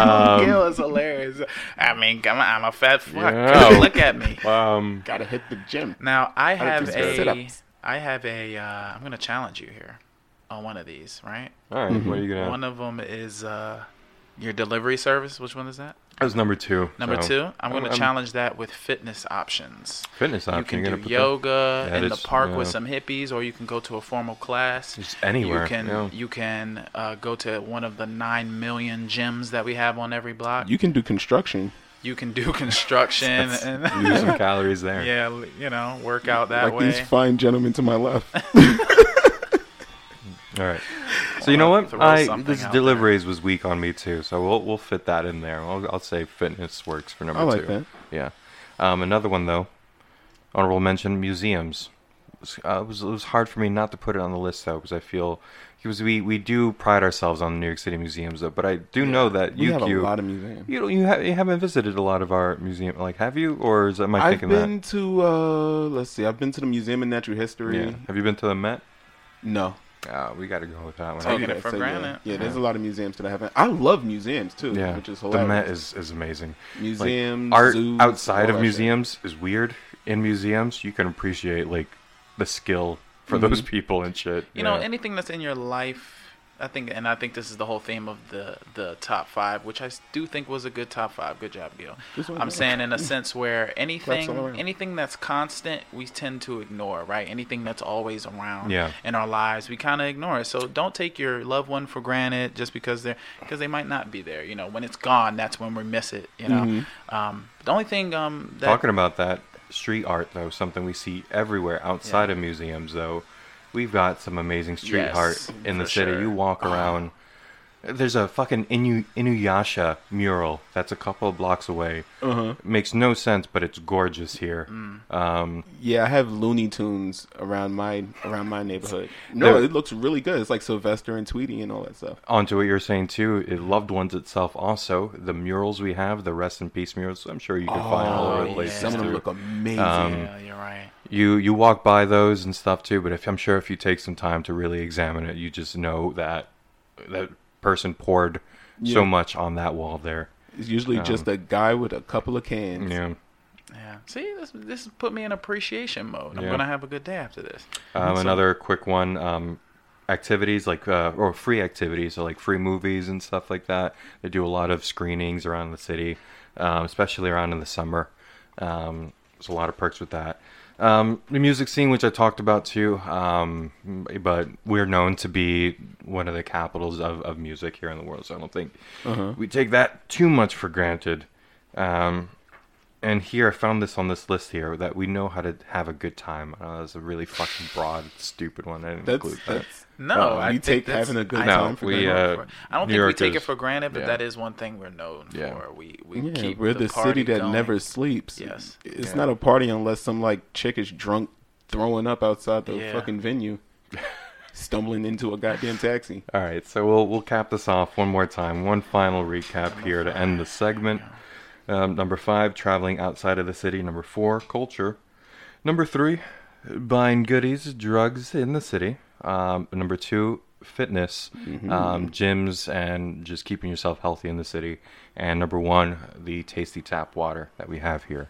Speaker 6: Um,
Speaker 4: Gil is hilarious. I mean, come on, I'm a fat fuck.
Speaker 6: Yeah.
Speaker 4: Look at me.
Speaker 6: Um,
Speaker 7: Gotta hit the gym.
Speaker 4: Now I
Speaker 7: don't
Speaker 4: have
Speaker 7: think so.
Speaker 4: a,
Speaker 7: Sit-ups.
Speaker 4: I have a. Uh, I'm gonna challenge you here on one of these, right?
Speaker 6: all right, what are you gonna?
Speaker 4: One of them is uh, Your delivery service, which one is that?
Speaker 6: That was number two.
Speaker 4: Number
Speaker 6: so-
Speaker 4: two, I'm going to
Speaker 6: I'm-
Speaker 4: challenge that with fitness options.
Speaker 6: Fitness
Speaker 4: You
Speaker 6: option,
Speaker 4: can
Speaker 6: you're
Speaker 4: do
Speaker 6: gonna put the-
Speaker 4: yoga
Speaker 6: Yeah,
Speaker 4: in the
Speaker 6: that's-
Speaker 4: park with
Speaker 6: yeah.
Speaker 4: some hippies, or you can go to a formal class.
Speaker 6: Just anywhere,
Speaker 4: You can
Speaker 6: yeah.
Speaker 4: you can uh, go to one of the nine million gyms that we have on every block. You,
Speaker 7: You can do construction.
Speaker 4: can do construction and
Speaker 6: Lose some calories there.
Speaker 4: yeah, l- you know, work out that
Speaker 7: like
Speaker 4: way.
Speaker 7: these fine gentlemen to my left.
Speaker 6: All right. So you know what?
Speaker 4: throw
Speaker 6: I
Speaker 4: something
Speaker 6: this
Speaker 4: out
Speaker 6: deliveries was weak on me too. So we'll we'll fit that in there. I'll, I'll say fitness works for number
Speaker 7: I like
Speaker 6: two.
Speaker 7: that.
Speaker 6: Yeah. Um, another one though. Honorable mention: museums. It was, uh, it was it was hard for me not to put it on the list though because I feel because we we do pride ourselves on the New York City museums though, but I do know that
Speaker 7: We
Speaker 6: UQ.
Speaker 7: have a lot of museums.
Speaker 6: you don't, you, ha- you haven't visited a lot of our museum like have you or is that my
Speaker 7: I've
Speaker 6: thinking
Speaker 7: been to uh let's see, I've been to the Museum of Natural
Speaker 6: that?
Speaker 7: History.
Speaker 6: Yeah. Have you been to the Met?
Speaker 7: No.
Speaker 6: Uh, we got to go with that one.
Speaker 4: Taking
Speaker 7: Okay,
Speaker 4: it for
Speaker 7: so yeah.
Speaker 4: granted.
Speaker 7: Yeah, there's a lot of museums that I haven't. I love museums too,
Speaker 6: Yeah,
Speaker 7: which is
Speaker 6: the
Speaker 7: hilarious.
Speaker 6: Met is, is amazing. Like,
Speaker 7: Museums,
Speaker 6: art
Speaker 7: zoos, all
Speaker 6: outside
Speaker 7: that
Speaker 6: of
Speaker 7: shit.
Speaker 6: museums is weird. In museums, you can appreciate like the skill for
Speaker 7: Mm-hmm.
Speaker 6: those people and shit.
Speaker 4: you know
Speaker 6: yeah.
Speaker 4: anything that's in your life i think and i think this is the whole theme of the the top five which i s- do think was a good top five good job gil
Speaker 7: one's
Speaker 4: i'm
Speaker 7: good.
Speaker 4: saying in a sense
Speaker 7: all
Speaker 4: where
Speaker 7: around.
Speaker 4: anything anything that's constant we tend to ignore right anything that's always around
Speaker 6: Yeah.
Speaker 4: in our lives we kind of ignore it so don't take your loved one for granted just because they're because they might not be there you know when it's gone that's when we miss it you know
Speaker 7: Mm-hmm.
Speaker 4: um, the only thing um that
Speaker 6: talking about that street art though, something we see everywhere outside of museums though. We've got some amazing street
Speaker 4: Yes,
Speaker 6: art in the
Speaker 4: for
Speaker 6: city.
Speaker 4: sure.
Speaker 6: You walk around. There's a fucking Inu- Inuyasha mural that's a couple of blocks away. Uh-huh. Makes no sense, but it's gorgeous here.
Speaker 7: Yeah, I have Looney Tunes around my around my neighborhood. No,
Speaker 6: There-
Speaker 7: it looks really good. It's like Sylvester and Tweety and all that stuff.
Speaker 6: onto what you were saying too, it loved ones itself also. The murals we have, the rest in peace murals, I'm sure you can find all over the
Speaker 4: yeah.
Speaker 6: place.
Speaker 7: Some of them look amazing.
Speaker 4: yeah you're right
Speaker 6: You you walk by those and stuff too, but if I'm sure if you take some time to really examine it, you just know that that person poured so much on that wall there.
Speaker 7: it's usually just a guy with a couple of cans.
Speaker 6: um, Yeah.
Speaker 4: Yeah. See, this this put me in appreciation mode. I'm
Speaker 6: Yeah.
Speaker 4: gonna have a good day after this.
Speaker 6: Um, another quick one. Um, activities like uh, or free activities, so like free movies and stuff like that. They do a lot of screenings around the city, um, especially around in the summer. Um, there's a lot of perks with that. Um, the music scene, which I talked about too, um, but we're known to be one of the capitals of, of music here in the world. So I don't think
Speaker 7: Uh-huh.
Speaker 6: we take that too much for granted. Um, and here I found this on this list here that we know how to have a good time. Uh, that's a really fucking broad, stupid one. I didn't
Speaker 7: That's
Speaker 6: include that.
Speaker 7: that's
Speaker 4: No,
Speaker 6: Uh,
Speaker 4: I
Speaker 7: you
Speaker 4: think
Speaker 7: take
Speaker 4: that's-
Speaker 7: having a good
Speaker 4: I
Speaker 6: No,
Speaker 7: time for
Speaker 6: we,
Speaker 7: granted.
Speaker 6: uh,
Speaker 4: for- I don't
Speaker 6: New
Speaker 4: think we
Speaker 6: York
Speaker 4: take
Speaker 6: is-
Speaker 4: it for granted, but
Speaker 6: yeah.
Speaker 4: that is one thing we're known
Speaker 6: Yeah.
Speaker 4: for. We we
Speaker 7: Yeah,
Speaker 4: keep
Speaker 7: we're the, city
Speaker 4: party
Speaker 7: that
Speaker 4: going.
Speaker 7: never sleeps.
Speaker 4: Yes.
Speaker 7: It's not a party unless some like chick is drunk throwing up outside the
Speaker 4: Yeah.
Speaker 7: fucking venue. Stumbling into a goddamn taxi.
Speaker 6: All right, so we'll we'll cap this off one more time. One final recap here to end the segment. Um, number five, traveling outside of the city. Number four, culture. Number three, buying goodies, drugs in the city. Um, number two, fitness,
Speaker 4: Mm-hmm.
Speaker 6: um, gyms, and just keeping yourself healthy in the city. And number one, the tasty tap water that we have here.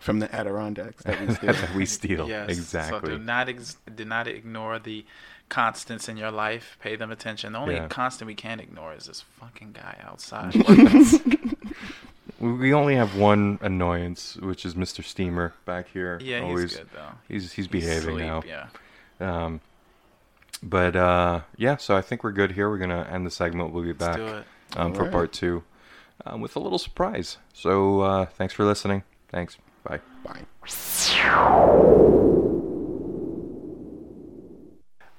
Speaker 7: From the Adirondacks that we stayed
Speaker 6: that we steal.
Speaker 4: Yes,
Speaker 6: exactly.
Speaker 4: So do not ex- do not ignore the constants in your life. Pay them attention. The only
Speaker 6: Yeah.
Speaker 4: constant we can ignore is this fucking guy outside.
Speaker 6: We- We only have one annoyance, which is Mr. Steamer back here.
Speaker 4: Yeah, he's
Speaker 6: always.
Speaker 4: good, though.
Speaker 6: He's he's behaving
Speaker 4: Sleep,
Speaker 6: now.
Speaker 4: Yeah.
Speaker 6: But uh, yeah, so I think we're good here. We're gonna end the segment. We'll be back
Speaker 4: do it.
Speaker 6: Um, for
Speaker 7: Alright.
Speaker 6: part two um, with a little surprise. So uh, thanks for listening. Thanks. Bye.
Speaker 7: by.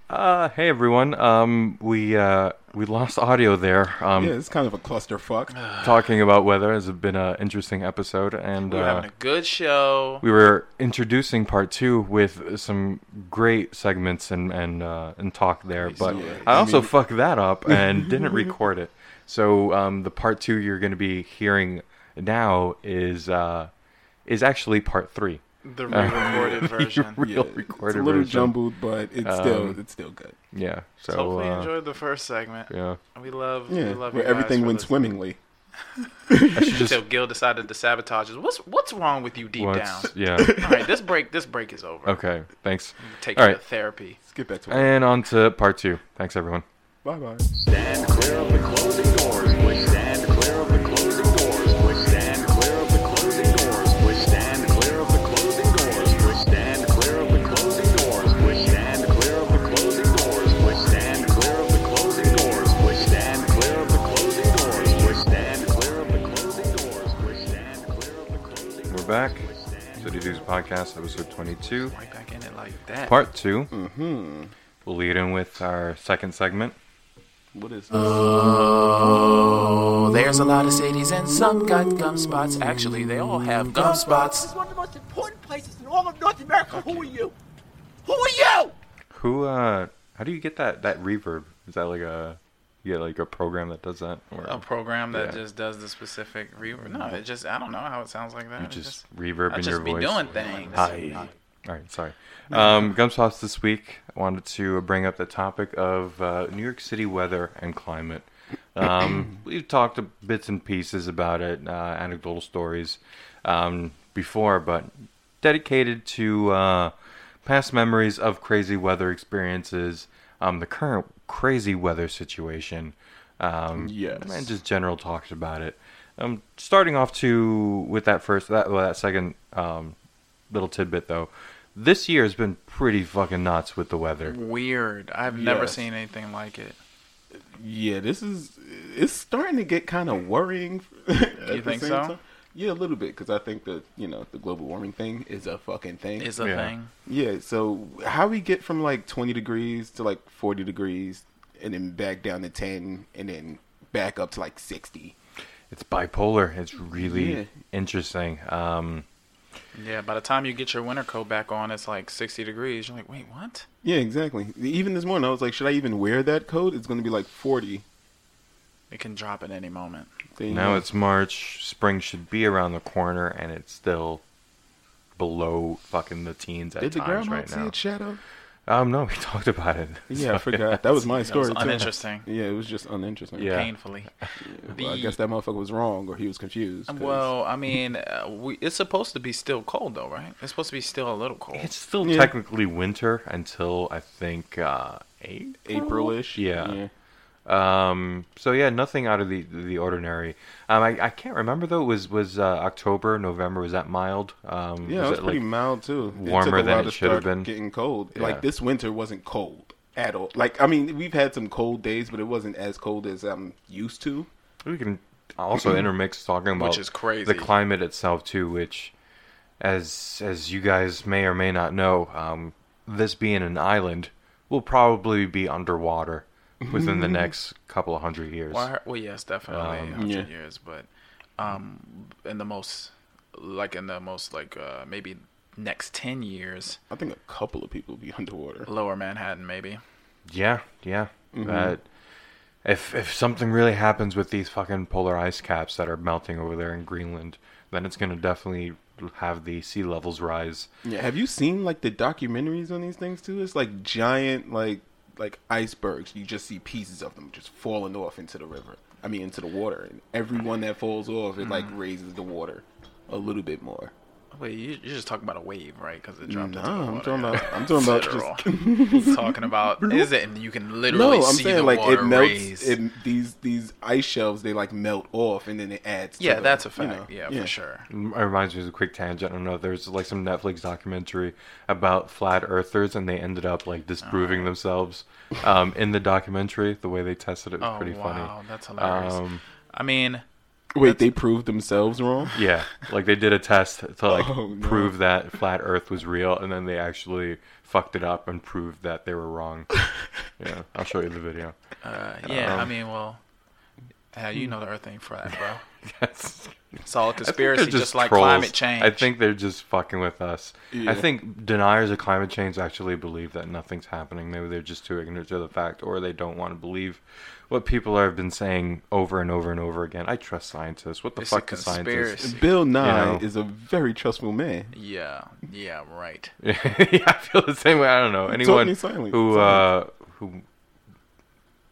Speaker 6: Uh, hey everyone. Um, we uh, we lost audio there. Um,
Speaker 7: Yeah, it's kind of a clusterfuck.
Speaker 6: talking about weather has been an interesting episode, and
Speaker 4: We're
Speaker 6: uh,
Speaker 4: having a good show.
Speaker 6: we were introducing part two with some great segments and and uh, and talk there, but I also fucked that up and didn't record it. So um, the part two you're going to be hearing now is uh, is actually part three.
Speaker 4: The re-recorded version.
Speaker 6: Real
Speaker 7: Yeah, it's
Speaker 6: recorded
Speaker 7: a little
Speaker 6: version.
Speaker 7: jumbled, but it's
Speaker 4: Um,
Speaker 7: still it's still good.
Speaker 6: Yeah. So
Speaker 4: So Hopefully you
Speaker 6: uh,
Speaker 4: enjoyed the first segment.
Speaker 6: yeah,
Speaker 4: We love,
Speaker 7: Yeah,
Speaker 4: we love
Speaker 7: where
Speaker 4: you guys
Speaker 7: everything
Speaker 4: for
Speaker 7: went
Speaker 4: listening.
Speaker 7: swimmingly.
Speaker 6: I should
Speaker 4: until
Speaker 6: just
Speaker 4: Gil decided to sabotage us. What's what's wrong with you deep down?
Speaker 6: once, yeah.
Speaker 4: All right, this break this break is over.
Speaker 6: Okay. Thanks.
Speaker 4: Take
Speaker 6: All
Speaker 4: you
Speaker 6: right.
Speaker 4: to therapy.
Speaker 7: Let's get back to it.
Speaker 6: And on to part two. Thanks everyone.
Speaker 7: Bye bye.
Speaker 5: Stand clear of the closing doors, please. Stand
Speaker 6: back. City Dudes Podcast, episode 22,
Speaker 4: Right back in it like that.
Speaker 6: part 2. Mm-hmm. We'll lead in with our second segment.
Speaker 7: What is this?
Speaker 4: Oh, there's a lot of cities and some got gum spots. Actually, they all have gum spots.
Speaker 8: It's one of the most important places in all of North America. Who are you? Who are you?
Speaker 6: Who, uh, how do you get that, that reverb? Is that like a, you get like a program that does that? Or
Speaker 4: A program that
Speaker 6: Yeah.
Speaker 4: just does the specific re- No, it just I don't know how it sounds like that.
Speaker 6: you
Speaker 4: It
Speaker 6: just reverb
Speaker 4: I
Speaker 6: in
Speaker 4: just
Speaker 6: your
Speaker 4: be
Speaker 6: voice?
Speaker 4: doing things.
Speaker 6: All right, sorry. Um, Gumshots this week I wanted to bring up the topic of uh, New York City weather and climate. Um, we've talked a- bits and pieces about it, uh, anecdotal stories um, before, but dedicated to uh, past memories of crazy weather experiences, um, the current crazy weather situation, um,
Speaker 7: Yes.
Speaker 6: and just general talks about it. Um, starting off to with that first that well, that second um, little tidbit though, this year has been pretty fucking nuts with the weather.
Speaker 4: Weird. I've never
Speaker 7: Yes.
Speaker 4: seen anything like it.
Speaker 7: Yeah, this is it's starting to get kind of worrying.
Speaker 4: You think so?
Speaker 7: Yeah, a little bit because I think that you know the global warming thing is a fucking thing.
Speaker 4: Is a
Speaker 6: Yeah.
Speaker 4: thing.
Speaker 7: yeah, so how we get from like twenty degrees to like forty degrees, and then back down to ten, and then back up to like sixty.
Speaker 6: It's bipolar. It's really
Speaker 7: Yeah.
Speaker 6: interesting. Um,
Speaker 4: Yeah. By the time you get your winter coat back on, it's like 60 degrees. You're like, wait, what?
Speaker 7: Yeah, exactly. Even this morning, I was like, should I even wear that coat? It's going to be like forty.
Speaker 4: It can drop at any moment.
Speaker 7: There you
Speaker 6: now
Speaker 7: go.
Speaker 6: it's March. Spring should be around the corner, and it's still below fucking the teens at
Speaker 7: did the
Speaker 6: times
Speaker 7: grandma
Speaker 6: right
Speaker 7: see
Speaker 6: now.
Speaker 7: it shadow?
Speaker 6: Um, no, we talked about it.
Speaker 7: Yeah, I
Speaker 6: So,
Speaker 7: forgot. That was my
Speaker 4: That
Speaker 7: story.
Speaker 4: was
Speaker 7: too.
Speaker 4: uninteresting.
Speaker 7: Yeah, it was just uninteresting.
Speaker 6: Yeah.
Speaker 4: Painfully.
Speaker 7: Well, I
Speaker 4: The- uh,
Speaker 7: guess that motherfucker was wrong, or he was confused. 'cause-
Speaker 4: Well, I mean, uh, we, it's supposed to be still cold though, right? It's supposed to be still a little cold.
Speaker 6: It's still
Speaker 7: Yeah.
Speaker 6: technically winter until I think uh, eight.
Speaker 7: Aprilish.
Speaker 6: Yeah. Um, so yeah, nothing out of the the ordinary. Um, I, I can't remember though. Was was uh, October, November? Was that mild? Um,
Speaker 7: Yeah, it was
Speaker 6: it,
Speaker 7: pretty
Speaker 6: like-
Speaker 7: mild too. It took
Speaker 6: warmer
Speaker 7: a
Speaker 6: than
Speaker 7: while
Speaker 6: it
Speaker 7: to
Speaker 6: should have
Speaker 7: start
Speaker 6: been?
Speaker 7: Getting cold.
Speaker 6: Yeah.
Speaker 7: Like this winter wasn't cold at all. Like I mean, we've had some cold days, but it wasn't as cold as I'm used to.
Speaker 6: We can also intermix talking about
Speaker 4: is crazy.
Speaker 6: the climate itself too, which, as as you guys may or may not know, um, this being an island, will probably be underwater within the next couple of hundred years.
Speaker 4: Well, I heard- well, yes, definitely,
Speaker 6: Um,
Speaker 4: hundred
Speaker 7: Yeah.
Speaker 4: years, but um, in the most, like in the most, like uh, maybe next ten years,
Speaker 7: I think a couple of people be underwater.
Speaker 4: Lower Manhattan, maybe.
Speaker 6: Yeah, yeah.
Speaker 4: Mm-hmm.
Speaker 6: Uh, if if something really happens with these fucking polar ice caps that are melting over there in Greenland, then it's gonna definitely have the sea levels rise.
Speaker 7: Yeah. Have you seen like the documentaries on these things too? It's like giant like like icebergs. You just see pieces of them just falling off into the river. I mean, into the water, and everyone that falls off, it
Speaker 6: Mm.
Speaker 7: like raises the water a little bit more.
Speaker 4: Wait, you, you're just talking about a wave, right? Because it dropped.
Speaker 7: No,
Speaker 4: into the
Speaker 7: I'm
Speaker 4: water.
Speaker 7: talking about. I'm talking about just
Speaker 4: Literal. He's talking about is it? And you can literally
Speaker 7: no, I'm
Speaker 4: see
Speaker 7: saying
Speaker 4: the
Speaker 7: like
Speaker 4: water
Speaker 7: it melts.
Speaker 4: raise.
Speaker 7: It, these these ice shelves they like melt off and then it adds. to
Speaker 4: yeah,
Speaker 7: the-
Speaker 4: that's a
Speaker 7: you
Speaker 4: fact.
Speaker 7: know,
Speaker 4: yeah, for sure.
Speaker 6: It reminds me of a quick tangent. I don't know. There's like some Netflix documentary about flat earthers, and they ended up like disproving
Speaker 4: Oh.
Speaker 6: themselves um, in the documentary. The way they tested it was
Speaker 4: Oh
Speaker 6: pretty
Speaker 4: wow,
Speaker 6: funny.
Speaker 4: that's hilarious.
Speaker 6: Um,
Speaker 4: I mean,
Speaker 7: Wait, they proved themselves wrong.
Speaker 6: Yeah, like they did a test to like
Speaker 7: Oh, no.
Speaker 6: prove that flat Earth was real, and then they actually fucked it up and proved that they were wrong. yeah, I'll show you the video.
Speaker 4: uh, yeah,
Speaker 6: um,
Speaker 4: I mean, well, how you know the Earth ain't flat, bro?
Speaker 6: That's
Speaker 4: It's all a
Speaker 6: I think they're
Speaker 4: conspiracy, just, like
Speaker 6: trolls.
Speaker 4: climate change.
Speaker 6: I think they're just fucking with us.
Speaker 7: Yeah.
Speaker 6: I think deniers of climate change actually believe that nothing's happening. Maybe they're just too ignorant to the fact, or they don't want to believe what people have been saying over and over and over again. I trust scientists. What the
Speaker 4: It's a
Speaker 6: fuck is scientists?
Speaker 4: conspiracy.
Speaker 7: Bill Nye
Speaker 6: You know.
Speaker 7: is a very trustful man.
Speaker 4: Yeah, yeah, right.
Speaker 6: yeah, I feel the same way. I don't know anyone
Speaker 7: Totally silent.
Speaker 6: who
Speaker 7: Silent.
Speaker 6: uh, who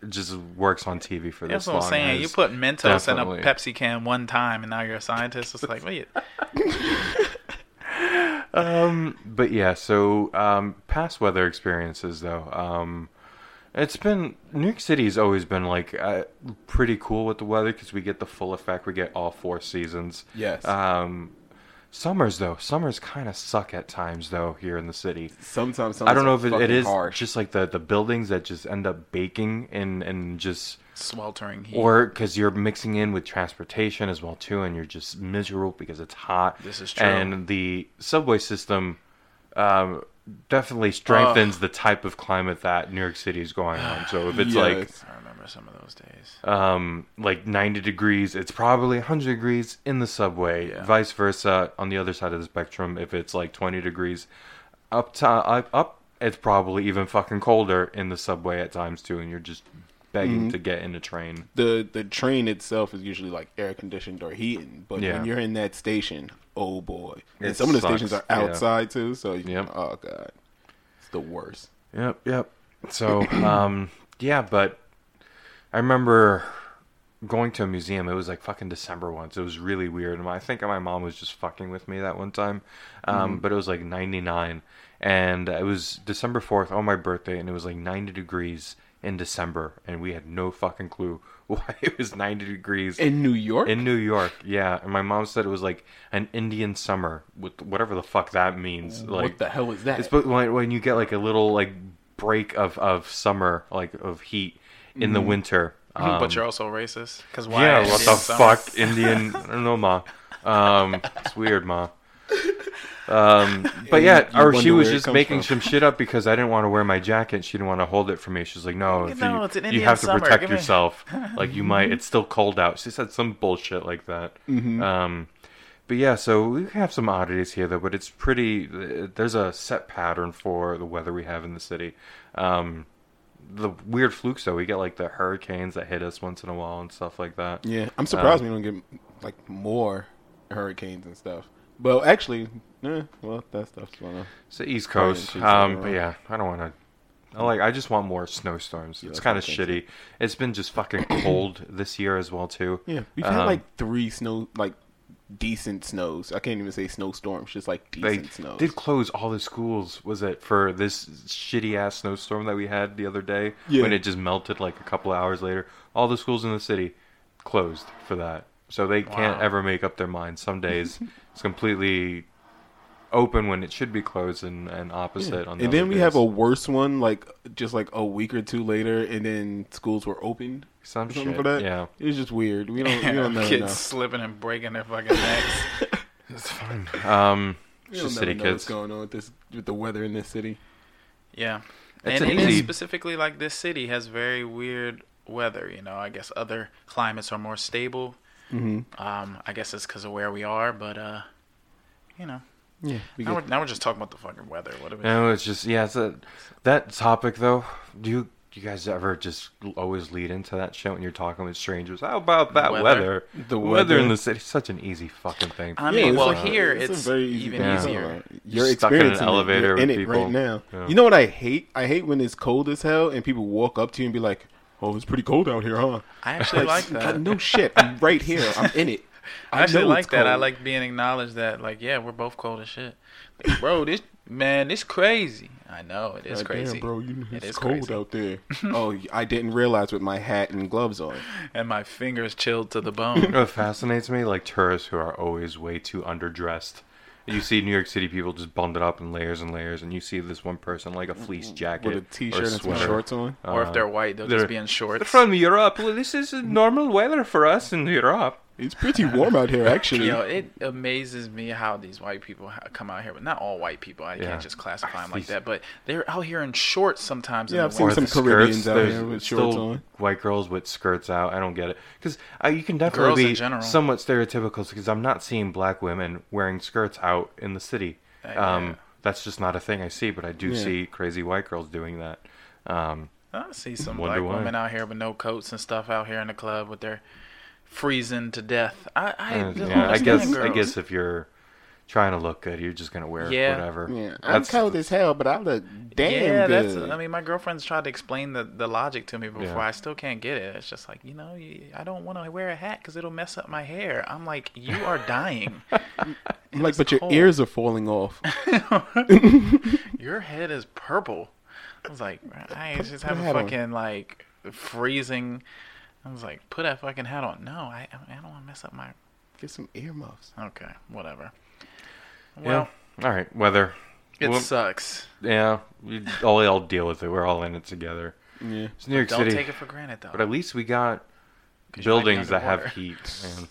Speaker 6: just works on TV for
Speaker 4: That's
Speaker 6: this
Speaker 4: what I'm
Speaker 6: long
Speaker 4: saying. You
Speaker 6: has-
Speaker 4: put Mentos
Speaker 6: definitely-
Speaker 4: in a Pepsi can one time, and now you're a scientist. It's like, wait,
Speaker 6: but yeah. So um, past weather experiences, though, um, it's been New York City's always been like uh, pretty cool with the weather because we get the full effect. We get all four seasons.
Speaker 7: Yes.
Speaker 6: Um, Summers though, summers kind of suck at times though here in the city.
Speaker 7: Sometimes, sometimes
Speaker 6: I don't know if it, it
Speaker 7: fucking
Speaker 6: is
Speaker 7: harsh.
Speaker 6: just like the the buildings that just end up baking and and just
Speaker 4: sweltering heat.
Speaker 6: or because you're mixing in with transportation as well too, and you're just miserable because it's hot.
Speaker 4: This is true.
Speaker 6: And the subway system um, definitely strengthens the type of climate that New York City is going on. So if it's like
Speaker 7: Yes.
Speaker 4: I remember some of those days.
Speaker 6: um, like 90 degrees, it's probably 100 degrees in the subway.
Speaker 4: Yeah.
Speaker 6: Vice versa, on the other side of the spectrum, if it's like 20 degrees up to up, up, it's probably even fucking colder in the subway at times too, and you're just begging to get in a train.
Speaker 7: the the train itself is usually like air conditioned or heating, but
Speaker 6: Yeah.
Speaker 7: when you're in that station, oh boy, and
Speaker 6: It
Speaker 7: some of the
Speaker 6: sucks,
Speaker 7: stations are
Speaker 6: yeah.
Speaker 7: outside too. So you-
Speaker 6: Yep.
Speaker 7: oh god, it's the worst.
Speaker 6: Yep, yep. So, um, yeah, but I remember going to a museum. It was like fucking December once. It was really weird. And I think my mom was just fucking with me that one time. Um, But it was like 99. And it was December 4th on my birthday. And it was like 90 degrees in December. And we had no fucking clue why it was 90 degrees
Speaker 7: In New York,
Speaker 6: in New York, yeah. And my mom said it was like an Indian summer with whatever the fuck that means. Like
Speaker 7: the hell is that?
Speaker 6: It's but when, when you get like a little like break of of summer, like of heat in
Speaker 7: Mm-hmm.
Speaker 6: the winter. Um,
Speaker 4: but you're also racist. Because why?
Speaker 6: yeah, what
Speaker 4: is
Speaker 6: the
Speaker 4: some-
Speaker 6: fuck, Indian? I don't know, ma. Um, it's weird, ma. Um, but yeah,
Speaker 7: you
Speaker 6: or
Speaker 7: wonder
Speaker 6: she was
Speaker 7: where it
Speaker 6: just
Speaker 7: comes
Speaker 6: making
Speaker 7: from.
Speaker 6: some shit up because I didn't want to wear my jacket. She didn't want to hold it for me. She's like, no, if
Speaker 4: No,
Speaker 6: you,
Speaker 4: it's an
Speaker 6: you
Speaker 4: Indian
Speaker 6: have to
Speaker 4: summer.
Speaker 6: protect
Speaker 4: Give me-
Speaker 6: yourself. Like you might, it's still cold out. She said some bullshit like that.
Speaker 7: Mm-hmm.
Speaker 6: Um, but yeah, so we have some oddities here though, but it's pretty. There's a set pattern for the weather we have in the city. Um, the weird flukes though, we get like the hurricanes that hit us once in a while and stuff like that.
Speaker 7: yeah, I'm surprised we don't get like more hurricanes and stuff. Well, actually, eh, well that stuff's going on.
Speaker 6: It's the East
Speaker 7: Probably
Speaker 6: Coast.
Speaker 7: didn't choose that
Speaker 6: Um, but
Speaker 7: route.
Speaker 6: yeah, I don't want to. I like. I just want more snowstorms. it's
Speaker 7: that's
Speaker 6: kind of
Speaker 7: what I'm
Speaker 6: shitty. It's been just fucking cold this year as well too.
Speaker 7: Yeah, we've had
Speaker 6: Um,
Speaker 7: like three snow like decent snows. I can't even say snowstorms, just like
Speaker 6: They
Speaker 7: decent snows.
Speaker 6: did close all the schools. Was it for this shitty ass snowstorm that we had the other day?
Speaker 7: Yeah.
Speaker 6: When it just melted like a couple of hours later, all the schools in the city closed for that. So they can't
Speaker 4: Wow.
Speaker 6: ever make up their mind. Some days it's completely open when it should be closed, and, and opposite on. The
Speaker 7: and then
Speaker 6: other
Speaker 7: we have
Speaker 6: days.
Speaker 7: a worse one, like just like a week or two later, and then schools were opened.
Speaker 6: Some
Speaker 7: or something
Speaker 6: shit,
Speaker 7: for that.
Speaker 6: yeah.
Speaker 7: it's just weird. We don't, we don't
Speaker 4: Kids
Speaker 7: know.
Speaker 4: slipping and breaking their fucking necks.
Speaker 6: um.
Speaker 7: We
Speaker 6: It's
Speaker 7: don't
Speaker 6: just
Speaker 7: never
Speaker 6: city
Speaker 7: know what's
Speaker 6: kids.
Speaker 7: going on with this with the weather in this city.
Speaker 4: Yeah,
Speaker 6: It's
Speaker 4: and
Speaker 6: an
Speaker 4: it is
Speaker 6: easy-
Speaker 4: specifically like this city has very weird weather. You know, I guess other climates are more stable. Mm-hmm. Um, I guess it's because of where we are, but uh, you know,
Speaker 7: Yeah, we
Speaker 4: now
Speaker 7: get,
Speaker 4: we're, now we're just talking about the fucking weather. What are we?
Speaker 6: No, it's just yeah. It's a, that topic though. Do you do you guys ever just always lead into that shit when you're talking with strangers? How about that
Speaker 4: Weather.
Speaker 6: weather?
Speaker 7: The
Speaker 6: in
Speaker 7: weather.
Speaker 6: the city is such an easy fucking thing.
Speaker 4: I
Speaker 7: Yeah,
Speaker 4: mean,
Speaker 7: it's
Speaker 4: well,
Speaker 7: like-
Speaker 4: here it's,
Speaker 7: a very easy
Speaker 4: even
Speaker 7: thing to talk
Speaker 4: easier.
Speaker 7: about. You're
Speaker 6: stuck in an
Speaker 7: experiencing it. You're
Speaker 6: elevator with
Speaker 7: in it
Speaker 6: people.
Speaker 7: right now.
Speaker 6: Yeah.
Speaker 7: You know what I hate? I hate when it's cold as hell and people walk up to you and be like, "Oh, it's pretty cold out here, huh?"
Speaker 4: I actually like that.
Speaker 7: No shit, I'm right here. I'm in it.
Speaker 4: I actually
Speaker 7: know
Speaker 4: like
Speaker 7: it's
Speaker 4: that. I
Speaker 7: cold.
Speaker 4: like being acknowledged that, like, yeah, we're both cold as shit. Like, bro, this man, this crazy. I know it is
Speaker 7: God damn,
Speaker 4: crazy,
Speaker 7: bro. You,
Speaker 4: It
Speaker 7: it's
Speaker 4: is
Speaker 7: cold
Speaker 4: crazy.
Speaker 7: out there. oh, I didn't realize with my hat and gloves on.
Speaker 4: and my fingers chilled to the
Speaker 6: You
Speaker 4: bone.
Speaker 6: know what fascinates me? Like tourists who are always way too underdressed. You see New York City people just bundled up in layers and layers, and you see this one person like a fleece jacket
Speaker 7: With a
Speaker 6: or
Speaker 7: t-shirt and some
Speaker 6: sweater.
Speaker 7: shorts on.
Speaker 4: or if they're white, they'll
Speaker 6: Uh, they're-
Speaker 4: just be in shorts.
Speaker 6: From Europe, well, this is normal weather for us in Europe.
Speaker 7: It's pretty warm out here, actually.
Speaker 4: Yo, it amazes me how these white people ha- come out here, but not all white people. I
Speaker 6: Yeah.
Speaker 4: can't just classify them like
Speaker 6: These-
Speaker 4: that. But they're out here in shorts sometimes.
Speaker 7: Yeah,
Speaker 4: in
Speaker 7: I've
Speaker 4: the
Speaker 7: seen
Speaker 4: winter.
Speaker 7: some Caribbeans out
Speaker 6: there's
Speaker 7: here with
Speaker 6: still
Speaker 7: shorts on.
Speaker 6: White girls with skirts out. I don't get it because uh, you can definitely
Speaker 4: in
Speaker 6: be
Speaker 4: general.
Speaker 6: somewhat stereotypical because I'm not seeing black women wearing skirts out in the city.
Speaker 4: Uh, yeah.
Speaker 6: Um, That's just not a thing I see, but I do
Speaker 7: Yeah.
Speaker 6: see crazy white girls doing that. Um,
Speaker 4: I see some
Speaker 6: Wonder
Speaker 4: black
Speaker 6: why.
Speaker 4: women out here with no coats and stuff out here in the club with their freezing to death. I, I,
Speaker 6: and,
Speaker 4: don't
Speaker 6: Uh, yeah, I
Speaker 4: understand
Speaker 6: guess I
Speaker 4: girls.
Speaker 6: guess if you're trying to look good, you're just gonna wear
Speaker 4: Yeah.
Speaker 6: whatever.
Speaker 7: Yeah, I'm cold as hell, but I look damn
Speaker 4: yeah,
Speaker 7: good.
Speaker 4: that's. I mean, my girlfriend's tried to explain the, the logic to me before.
Speaker 6: Yeah.
Speaker 4: I still can't get it. It's just like you know, you, I don't want to wear a hat because it'll mess up my hair. I'm like, you are dying.
Speaker 7: I'm like, but your
Speaker 4: cold.
Speaker 7: ears are falling off.
Speaker 4: Your head is purple. I was like, I ain't just have
Speaker 7: hat
Speaker 4: a
Speaker 7: on.
Speaker 4: fucking like freezing. I was like, put that fucking hat on. No, I I don't want to mess up my.
Speaker 7: Get some earmuffs.
Speaker 4: Okay, whatever. Well,
Speaker 6: yeah. All right. Weather.
Speaker 4: it
Speaker 6: Well,
Speaker 4: sucks.
Speaker 6: yeah. We all, we all deal with it. We're all in it together. Yeah. It's New York
Speaker 4: Don't
Speaker 6: City.
Speaker 4: take it for granted though.
Speaker 6: But at least we got
Speaker 4: 'cause you might be
Speaker 6: buildings that have
Speaker 4: underwater.
Speaker 6: heat. Man.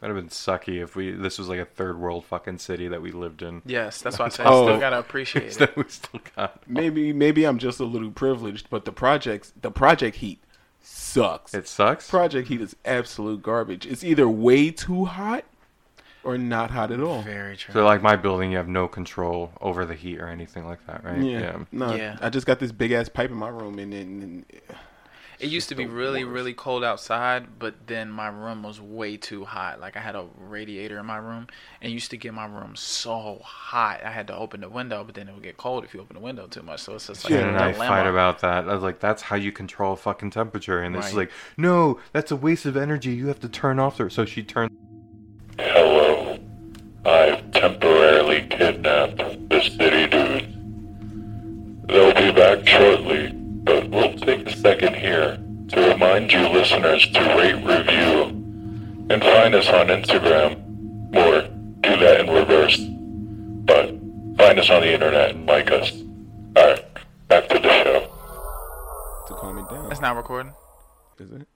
Speaker 6: That'd have been sucky if we this was like a third world fucking city that we lived in.
Speaker 4: Yes, that's why I said
Speaker 7: Oh.
Speaker 4: still gotta appreciate it.
Speaker 6: That we still got.
Speaker 7: Maybe maybe I'm just a little privileged, but the projects the project heat sucks.
Speaker 6: It sucks.
Speaker 7: project heat is absolute garbage. It's either way too hot or not hot at all.
Speaker 4: Very true.
Speaker 6: So like my building, you have no control over the heat or anything like that, right?
Speaker 7: Yeah. No,
Speaker 4: Yeah.
Speaker 7: I just got this big ass pipe in my room and then
Speaker 4: It used to be
Speaker 7: the
Speaker 4: really,
Speaker 7: worst.
Speaker 4: really cold outside, but then my room was way too hot. Like I had a radiator in my room, and it used to get my room so hot. I had to open the window, but then it would get cold if you open the window too much. So it's just like
Speaker 6: Jen and
Speaker 4: a
Speaker 6: I
Speaker 4: dilemma.
Speaker 6: fight about that. I was like, "That's how you control fucking temperature," and it's
Speaker 4: Right.
Speaker 6: like, "No, that's a waste of energy. You have to turn off the." So she turned.
Speaker 9: Hello. I've temporarily kidnapped the city dude. They'll be back shortly, but we'll take a second here to remind you listeners to rate, review, and find us on Instagram, or do that in reverse. But find us on the internet and like us. Alright, back to the show.
Speaker 7: to calm it down.
Speaker 4: That's not recording.
Speaker 7: Is it?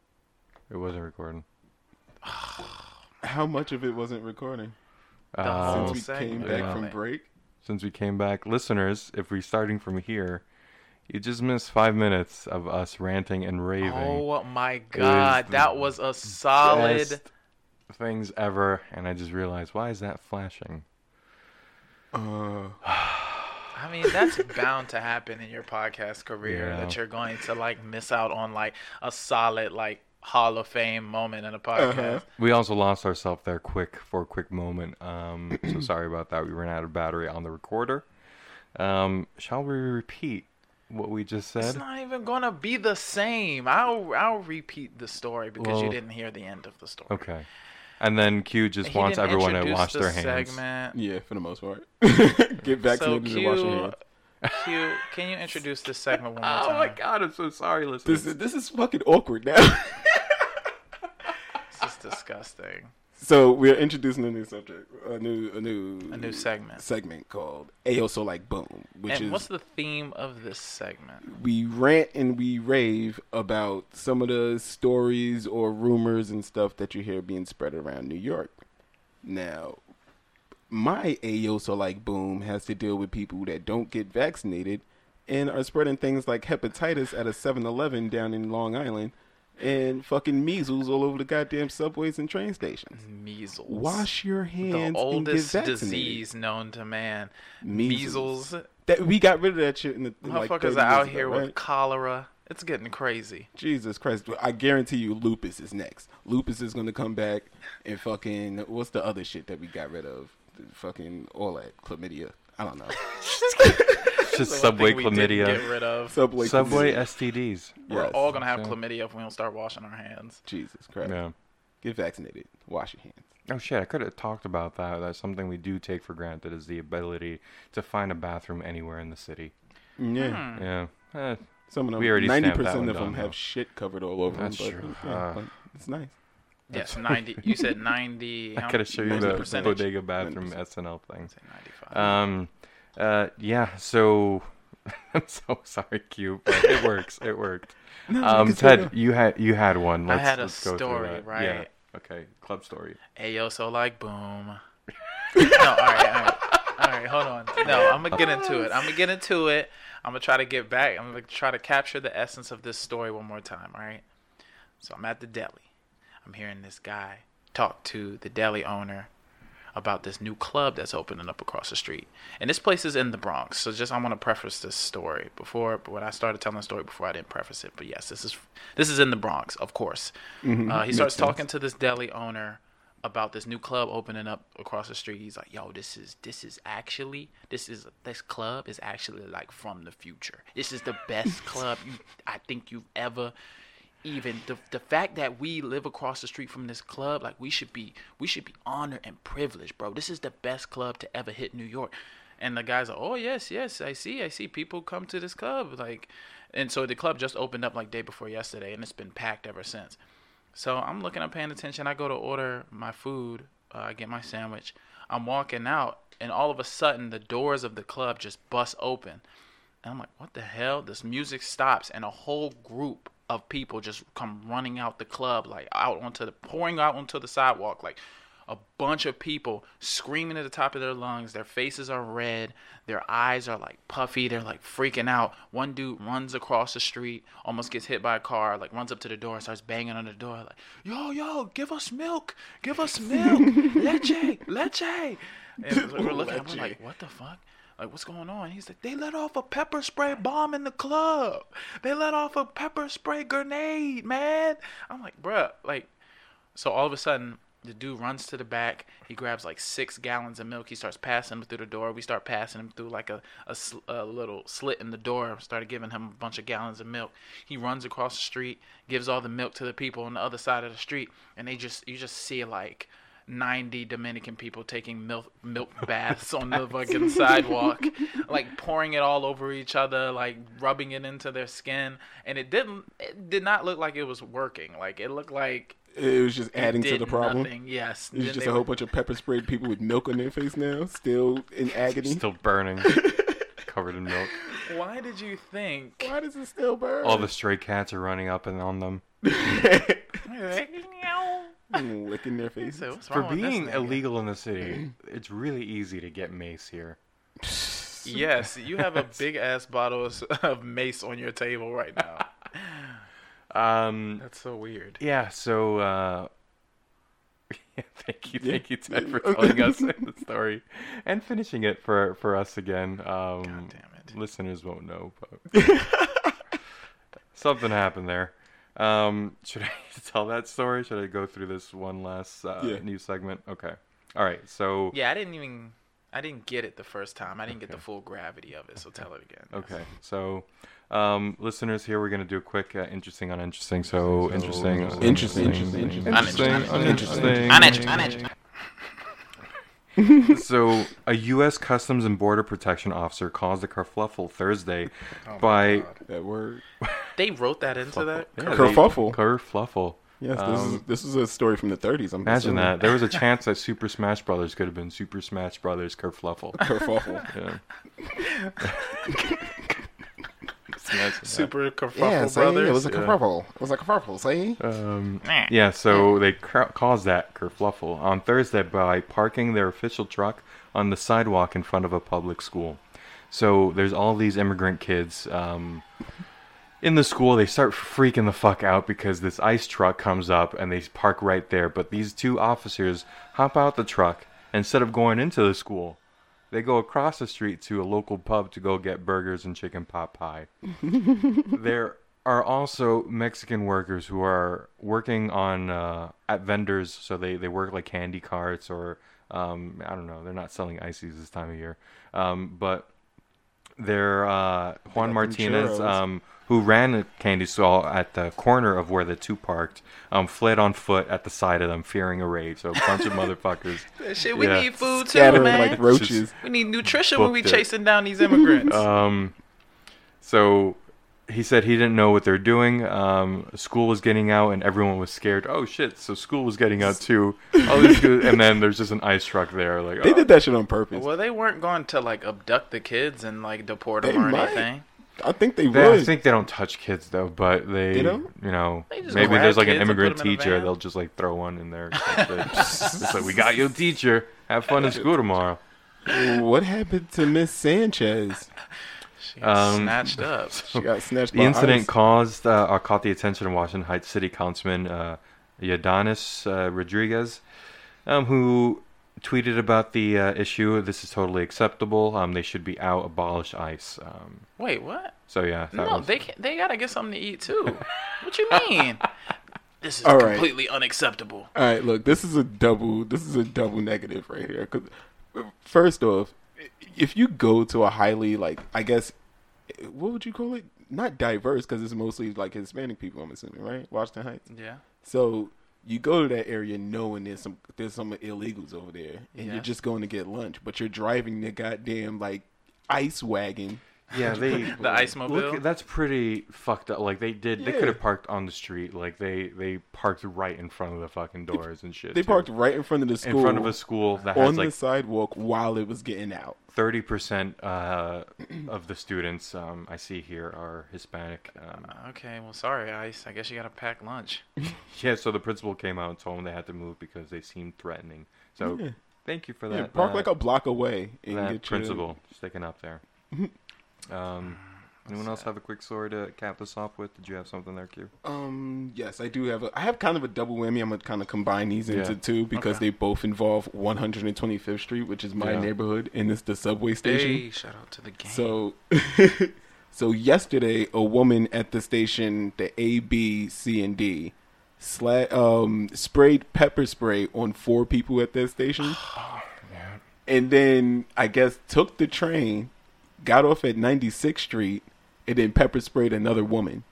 Speaker 6: It wasn't recording.
Speaker 7: How much of it wasn't recording
Speaker 4: The
Speaker 6: Uh,
Speaker 4: whole
Speaker 7: Oh, since we
Speaker 4: segment.
Speaker 7: came back
Speaker 6: yeah.
Speaker 7: from break?
Speaker 6: since we came back, listeners, if we're starting from here, you just missed five minutes of us ranting and raving.
Speaker 4: Oh my god,
Speaker 6: the
Speaker 4: that was a solid.
Speaker 6: Best things ever, and I just realized why is that flashing?
Speaker 4: I mean, that's bound to happen in your podcast career
Speaker 6: Yeah.
Speaker 4: that you're going to like miss out on like a solid like Hall of Fame moment in a podcast.
Speaker 7: Uh-huh.
Speaker 6: We also lost ourselves there quick for a quick moment. Um, so sorry about that. We ran out of battery on the recorder. Um, shall we repeat what we just said?
Speaker 4: It's not even gonna be the same. I'll I'll repeat the story because you
Speaker 6: Well-
Speaker 4: didn't hear the end of the story.
Speaker 6: Okay. And then Q just
Speaker 4: He
Speaker 6: wants
Speaker 4: didn't
Speaker 6: everyone to
Speaker 4: introduce
Speaker 6: wash
Speaker 4: the
Speaker 6: their hands.
Speaker 4: Segment.
Speaker 7: Yeah, for the most part. Get
Speaker 4: So
Speaker 7: vaccinated and wash your
Speaker 4: Q,
Speaker 7: hands.
Speaker 4: Q, can you introduce this segment one more time?
Speaker 6: Oh my god, I'm so sorry, listeners.
Speaker 7: This is this is fucking awkward now.
Speaker 4: This is disgusting.
Speaker 7: so we're introducing a new subject, a new a new
Speaker 4: A new segment.
Speaker 7: segment called Ayo So Like Boom, which
Speaker 4: and
Speaker 7: is
Speaker 4: what's the theme of this segment?
Speaker 7: we rant and we rave about some of the stories or rumors and stuff that you hear being spread around New York. Now, my Ayo So Like Boom has to deal with people that don't get vaccinated and are spreading things like hepatitis at a 7 Eleven down in Long Island and fucking measles all over the goddamn subways and train stations.
Speaker 4: Measles.
Speaker 7: Wash your
Speaker 4: Mm. the
Speaker 7: hands.
Speaker 4: oldest
Speaker 7: and get vaccinated.
Speaker 4: disease known to man.
Speaker 7: Measles.
Speaker 4: Measles.
Speaker 7: That we got rid of that shit in the in like
Speaker 4: Motherfuckers
Speaker 7: 30
Speaker 4: are
Speaker 7: years
Speaker 4: out
Speaker 7: ago,
Speaker 4: here
Speaker 7: right?
Speaker 4: with cholera. It's getting crazy.
Speaker 7: Jesus Christ! I guarantee you, lupus is next. Lupus is gonna come back, and fucking what's the other shit that we got rid of? The fucking all that chlamydia. I don't know.
Speaker 6: It's just
Speaker 4: One
Speaker 6: subway
Speaker 4: thing we didn't Get
Speaker 6: chlamydia.
Speaker 4: rid of.
Speaker 7: Subway.
Speaker 6: Subway
Speaker 7: chlamydia.
Speaker 6: STDs.
Speaker 4: We're
Speaker 7: Yes.
Speaker 4: all gonna have
Speaker 6: so-
Speaker 4: chlamydia if we don't start washing our hands.
Speaker 7: Jesus Christ!
Speaker 6: Yeah.
Speaker 7: Get vaccinated. Wash your hands.
Speaker 6: Oh shit, I could have talked about that. That's something we do take for granted is the ability to find a bathroom anywhere in the city.
Speaker 4: Hmm.
Speaker 7: Yeah.
Speaker 6: Yeah. Eh,
Speaker 7: Some of them.
Speaker 6: We already stamped
Speaker 7: Ninety
Speaker 6: that
Speaker 7: percent
Speaker 6: one
Speaker 7: of them
Speaker 6: down,
Speaker 7: have
Speaker 6: though.
Speaker 7: shit covered all over
Speaker 6: That's
Speaker 7: them.
Speaker 6: true.
Speaker 7: But, yeah,
Speaker 6: Uh,
Speaker 7: but it's nice.
Speaker 4: Yes, ninety. You said ninety.
Speaker 6: I could have showed you
Speaker 4: what's the
Speaker 6: the
Speaker 4: percentage?
Speaker 6: bodega bathroom SNL thing.
Speaker 4: Say ninety-five.
Speaker 6: Um, uh, yeah. So I'm so sorry, Q, but it works. It worked. um, Ted, you had you had one.
Speaker 4: I
Speaker 6: Let's,
Speaker 4: had a
Speaker 6: let's go through
Speaker 4: story,
Speaker 6: that.
Speaker 4: right?
Speaker 6: Yeah. Okay, club story.
Speaker 4: hey yo, so like boom. no, all right, all right, all right. Hold on. No, I'm gonna get into it. I'm gonna get into it. I'm gonna try to get back. I'm gonna try to capture the essence of this story one more time. All right. So I'm at the deli. I'm hearing this guy talk to the deli owner about this new club that's opening up across the street. And this place is in the Bronx. So just I want to preface this story before when I started telling the story before I didn't preface it. But yes, this is this is in the Bronx, of course. Uh, he starts talking to this deli owner about this new club opening up across the street. He's like, "Yo, this is this is actually this is this club is actually like from the future. This is the best club you I think you've ever even the the fact that we live across the street from this club, like we should be we should be honored and privileged, bro. This is the best club to ever hit New York. And the guys are, oh yes, yes, I see, I see people come to this club, like, and so the club just opened up like day before yesterday, and it's been packed ever since. So I'm looking, I'm paying attention. I go to order my food. Uh, I get my sandwich. I'm walking out, and all of a sudden the doors of the club just bust open. And I'm like, what the hell? This music stops, and a whole group of people just come running out the club, like out onto the pouring out onto the sidewalk, like a bunch of people screaming at the top of their lungs. Their faces are red. Their eyes are like puffy. They're like freaking out. One dude runs across the street, almost gets hit by a car, like runs up to the door and starts banging on the door, like, yo, yo, give us milk. Give us milk. Leche, leche. And we're looking at him, we're like, what the fuck? Like, what's going on? He's like, they let off a pepper spray bomb in the club. They let off a pepper spray grenade, man. I'm like, bruh, like, so all of a sudden, the dude runs to the back. He grabs like six gallons of milk. He starts passing them through the door. We start passing him through like a, a, sl- a little slit in the door. Started giving him a bunch of gallons of milk. He runs across the street, gives all the milk to the people on the other side of the street, and they just you just see like 90 Dominican people taking milk milk baths on the fucking sidewalk, like pouring it all over each other, like rubbing it into their skin, and it didn't it did not look like it was working. Like it looked like
Speaker 7: It was just
Speaker 4: it
Speaker 7: adding to
Speaker 4: did
Speaker 7: the problem.
Speaker 4: nothing, Yes,
Speaker 7: It's
Speaker 4: Then
Speaker 7: just
Speaker 4: they
Speaker 7: a whole
Speaker 4: were-
Speaker 7: bunch of pepper sprayed people with milk on their face now, still in agony.
Speaker 6: Still burning, covered in milk.
Speaker 4: Why did you think?
Speaker 7: Why does it still burn?
Speaker 6: All the stray cats are running up and on them
Speaker 7: Mm, licking their
Speaker 4: So
Speaker 7: faces.
Speaker 4: what's
Speaker 6: for
Speaker 4: wrong with this
Speaker 6: being
Speaker 4: nigga?
Speaker 6: illegal in the city. It's really easy to get mace here.
Speaker 4: Yes, you have a big ass bottle of, of mace on your table right now.
Speaker 6: Um,
Speaker 4: That's so weird.
Speaker 6: yeah. So, uh, yeah, thank you, thank you, Ted, for telling us the story and finishing it for for us again. Um,
Speaker 4: God damn it.
Speaker 6: Listeners won't know, but something happened there. Um, should I tell that story? Should I go through this one last uh,
Speaker 7: Yeah.
Speaker 6: new segment? Okay. All right. So
Speaker 4: Yeah, I didn't even. I didn't get it the first time. I didn't get the full gravity of it. So tell it again.
Speaker 6: Okay, so um, listeners, here we're gonna do a quick uh, interesting, uninteresting. So interesting,
Speaker 7: Interesting, interesting, interesting.
Speaker 6: interesting,
Speaker 7: Uninteresting,
Speaker 6: uninteresting.
Speaker 4: Uninteresting, uninteresting.
Speaker 6: So a U.S. Customs and Border Protection officer caused a kerfluffle Thursday by
Speaker 7: That word.
Speaker 4: They wrote that into that.
Speaker 6: Yeah, they-
Speaker 7: Kerfuffle. Um,
Speaker 6: Kerfluffle.
Speaker 7: Yes, this, is, this is a story from the 30s. I'm
Speaker 6: Imagine
Speaker 7: assuming.
Speaker 6: that. There was a chance that Super Smash Brothers could have been Super Smash Brothers kerfluffle.
Speaker 7: Kerfuffle.
Speaker 6: Yeah.
Speaker 4: Super kerfuffle
Speaker 7: yeah, see?
Speaker 4: brothers.
Speaker 7: It was a kerfuffle. It was a kerfuffle, see?
Speaker 6: Yeah, so they cra- caused that kerfluffle on Thursday by parking their official truck on the sidewalk in front of a public school. So there's all these immigrant kids um, in the school. They start freaking the fuck out because this ice truck comes up and they park right there. But these two officers hop out the truck instead of going into the school. They go across the street to a local pub to go get burgers and chicken pot pie there are also Mexican workers who are working on uh, at vendors, so they, they work like candy carts or um, I don't know. They're not selling ices this time of year, um, but they're uh, Juan Martinez,
Speaker 7: churros.
Speaker 6: um, who ran a candy stall at the corner of where the two parked, um, fled on foot at the side of them, fearing a raid. So a bunch of motherfuckers.
Speaker 4: Shit, we
Speaker 6: Yeah.
Speaker 4: need food too,
Speaker 7: Scattering
Speaker 4: man.
Speaker 7: like roaches.
Speaker 4: we need nutrition when we
Speaker 6: Booked it.
Speaker 4: chasing down these immigrants.
Speaker 6: So he said he didn't know what they're doing. Um, school was getting out, and everyone was scared. Oh shit! So school was getting out too. All these good, and then there's just an ice truck there. Like
Speaker 7: They
Speaker 6: oh.
Speaker 7: did that shit on purpose.
Speaker 4: well, they weren't going to like abduct the kids and like deport them
Speaker 7: They
Speaker 4: or
Speaker 7: might.
Speaker 4: anything.
Speaker 7: I think they
Speaker 6: They- I
Speaker 7: would.
Speaker 6: think they don't touch kids though, but they,
Speaker 7: They don't?
Speaker 6: you know,
Speaker 4: They just
Speaker 6: maybe
Speaker 4: grab
Speaker 6: there's like an
Speaker 4: kids and put
Speaker 6: immigrant
Speaker 4: them in a
Speaker 6: teacher.
Speaker 4: van.
Speaker 6: They'll just like throw one in there. or something. it's like we got your teacher. Have fun in school tomorrow.
Speaker 7: what happened to Miss Sanchez?
Speaker 4: She
Speaker 6: Um,
Speaker 4: snatched up.
Speaker 7: She got snatched
Speaker 6: The
Speaker 7: by
Speaker 6: incident
Speaker 7: ICE.
Speaker 6: caused uh, or caught the attention of Washington Heights City Councilman uh, Yadanis uh, Rodriguez, um, who tweeted about the uh, issue. This is totally acceptable. Um, they should be out. Abolish ICE. Um,
Speaker 4: Wait, what?
Speaker 6: so yeah, that
Speaker 4: No,
Speaker 6: was-
Speaker 4: they can, they gotta get something to eat too. what you mean? This is
Speaker 7: All right.
Speaker 4: completely unacceptable.
Speaker 7: All right, look, this is a double. This is a double negative right here. 'Cause, uh, first off, i- if you go to a highly like, I guess, uh, what would you call it? Not diverse because it's mostly like Hispanic people. I'm assuming, right? Washington Heights.
Speaker 4: Yeah.
Speaker 7: So you go to that area knowing there's some there's some illegals over there, and
Speaker 4: Yeah.
Speaker 7: you're just going to get lunch, but you're driving the goddamn like ice wagon
Speaker 6: Yeah, they
Speaker 4: The ice mobile?
Speaker 6: Look, that's pretty fucked up. Like they did, they
Speaker 7: Yeah.
Speaker 6: could have parked on the street. Like they they parked right in front of the fucking doors and shit.
Speaker 7: They
Speaker 6: too.
Speaker 7: parked right in front of the
Speaker 6: in
Speaker 7: school.
Speaker 6: front of a school that
Speaker 7: on
Speaker 6: has like
Speaker 7: the sidewalk while it was getting out.
Speaker 6: thirty percent uh, of the students um, I see here are Hispanic. Um,
Speaker 4: Okay, well, sorry, Ice. I guess you gotta pack lunch.
Speaker 6: yeah, so the principal came out and told them they had to move because they seemed threatening. So thank you for that.
Speaker 7: yeah, park
Speaker 6: uh,
Speaker 7: like a block away and get your
Speaker 6: that principal sticking up there. um, anyone else have a quick story to cap this off with? Did you have something there, Q?
Speaker 7: Um. Yes, I do have. A, I have kind of a double whammy. I'm gonna kind of combine these into
Speaker 6: Yeah.
Speaker 7: two because they both involve 125th Street, which is my
Speaker 6: Yeah.
Speaker 7: neighborhood, and it's the subway station.
Speaker 4: Hey, shout out to the game.
Speaker 7: So, so yesterday, a woman at the station, the A, B, C, and D, sla- um, sprayed pepper spray on four people at that station,
Speaker 6: Oh,
Speaker 7: and then I guess took the train, got off at 96th Street, and then pepper sprayed another woman.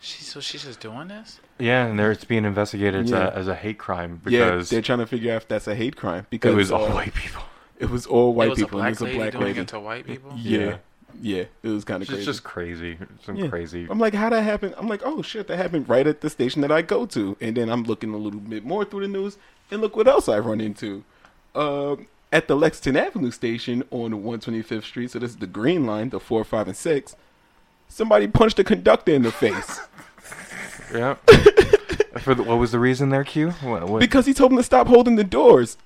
Speaker 4: she, so she's just doing this?
Speaker 6: Yeah, and there it's being investigated
Speaker 7: Yeah.
Speaker 6: as, a, as a hate crime
Speaker 7: Yeah,
Speaker 6: because
Speaker 7: they're trying to figure out if that's a hate crime because
Speaker 6: it was
Speaker 7: uh,
Speaker 6: all white people.
Speaker 7: It was all white
Speaker 4: it was
Speaker 7: people.
Speaker 4: a
Speaker 7: and it
Speaker 4: black
Speaker 7: was
Speaker 4: lady
Speaker 7: a black
Speaker 4: doing
Speaker 7: lady.
Speaker 4: it to white people?
Speaker 7: yeah, yeah, it was kind of
Speaker 6: It's
Speaker 7: crazy.
Speaker 6: just crazy. Some
Speaker 7: Yeah. Um,
Speaker 6: crazy.
Speaker 7: I'm like, how that happened? I'm like, oh shit, that happened right at the station that I go to. And then I'm looking a little bit more through the news, and look what else I run into. Um, at the Lexington Avenue station on 125th Street, so this is the Green Line, the four, five, and six. Somebody punched a conductor in the face
Speaker 6: Yeah. For the, what was the reason there, Q? What, what?
Speaker 7: because he told him to stop holding the doors.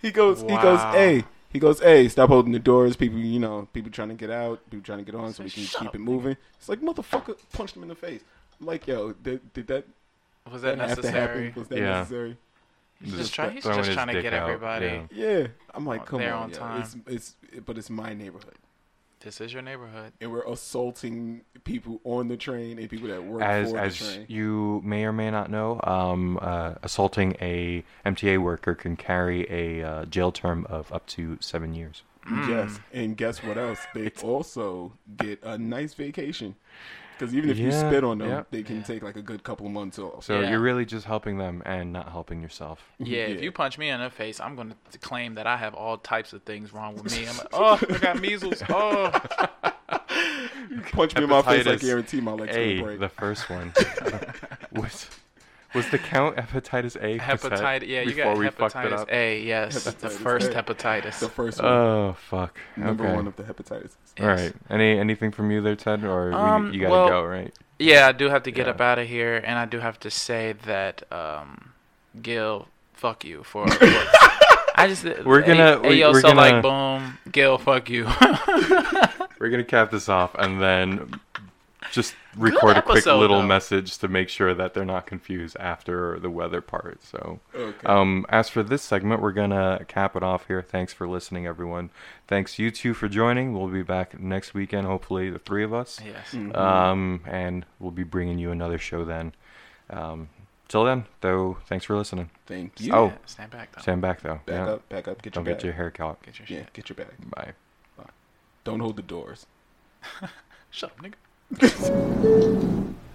Speaker 7: he goes, he goes,
Speaker 4: Wow.
Speaker 7: hey, he goes, hey, stop holding the doors. People, you know, people trying to get out, people trying to get on, so we can keep it moving. It's like motherfucker punched him in the face. I'm like, yo, did, did that
Speaker 4: Was that
Speaker 7: have to happen?
Speaker 4: necessary?
Speaker 7: Was that
Speaker 6: Yeah.
Speaker 7: necessary?
Speaker 4: He's just, try, he's just trying to get everybody.
Speaker 7: Yeah, I'm like, come
Speaker 4: Oh, They're
Speaker 7: on,
Speaker 4: on
Speaker 7: yo.
Speaker 4: time.
Speaker 7: It's, it's, but it's my neighborhood,
Speaker 4: This is your neighborhood.
Speaker 7: and we're assaulting people on the train and people that work
Speaker 6: As
Speaker 7: for
Speaker 6: as
Speaker 7: the train.
Speaker 6: you may or may not know, um, uh, assaulting a MTA worker can carry a uh, jail term of up to seven years. Mm.
Speaker 7: Yes, and guess what else? They also get a nice vacation because even if you
Speaker 6: Yeah,
Speaker 7: spit on them,
Speaker 6: yeah.
Speaker 7: they can take like a good couple of months off.
Speaker 6: So
Speaker 4: Yeah.
Speaker 6: you're really just helping them and not helping yourself.
Speaker 4: Yeah, if
Speaker 7: Yeah.
Speaker 4: you punch me in the face, I'm going to claim that I have all types of things wrong with me. I'm like, oh, I got measles. Oh,
Speaker 7: Punch me in my face, I
Speaker 6: Hepatitis
Speaker 7: guarantee my legs
Speaker 6: A,
Speaker 7: will break.
Speaker 6: the first one, was was the count hepatitis A.
Speaker 4: hepatitis. Yeah, you got
Speaker 6: before we fucked it
Speaker 4: hepatitis
Speaker 6: up?
Speaker 4: A. Yes, the
Speaker 7: Hepatitis
Speaker 4: first
Speaker 7: A.
Speaker 4: hepatitis.
Speaker 7: the first one,
Speaker 6: Oh fuck!
Speaker 7: number
Speaker 6: okay.
Speaker 7: one of the hepatitis.
Speaker 6: All right. Any anything from you there, Ted, or we-
Speaker 4: Um,
Speaker 6: you gotta
Speaker 4: well-
Speaker 6: go, right?
Speaker 4: Yeah, I do have to get
Speaker 6: Yeah.
Speaker 4: up out of here, and I do have to say that um, Gil, fuck you for. for- I just uh,
Speaker 6: We're gonna-
Speaker 4: hey,
Speaker 6: we-
Speaker 4: yo,
Speaker 6: we're
Speaker 4: so like boom, Gil, fuck you.
Speaker 6: We're gonna cap this off and then just record a quick
Speaker 4: episode,
Speaker 6: little
Speaker 4: though.
Speaker 6: message to make sure that they're not confused after the weather part. So,
Speaker 7: Okay.
Speaker 6: um, as for this segment, we're gonna cap it off here. Thanks for listening, everyone. Thanks you two for joining. We'll be back next weekend, hopefully the three of us.
Speaker 4: yes.
Speaker 7: Mm-hmm.
Speaker 6: Um, and we'll be bringing you another show then. Um, till then, though, thanks for listening.
Speaker 7: Thank you.
Speaker 6: Oh,
Speaker 4: Stand back though.
Speaker 6: stand back though.
Speaker 7: back
Speaker 6: yeah.
Speaker 7: up, back up. Get
Speaker 6: Don't
Speaker 7: your
Speaker 6: get
Speaker 7: bag.
Speaker 6: your hair caught.
Speaker 4: Get your shit.
Speaker 7: yeah, get your bag.
Speaker 6: Bye.
Speaker 7: Don't hold the doors.
Speaker 4: Shut up, nigga.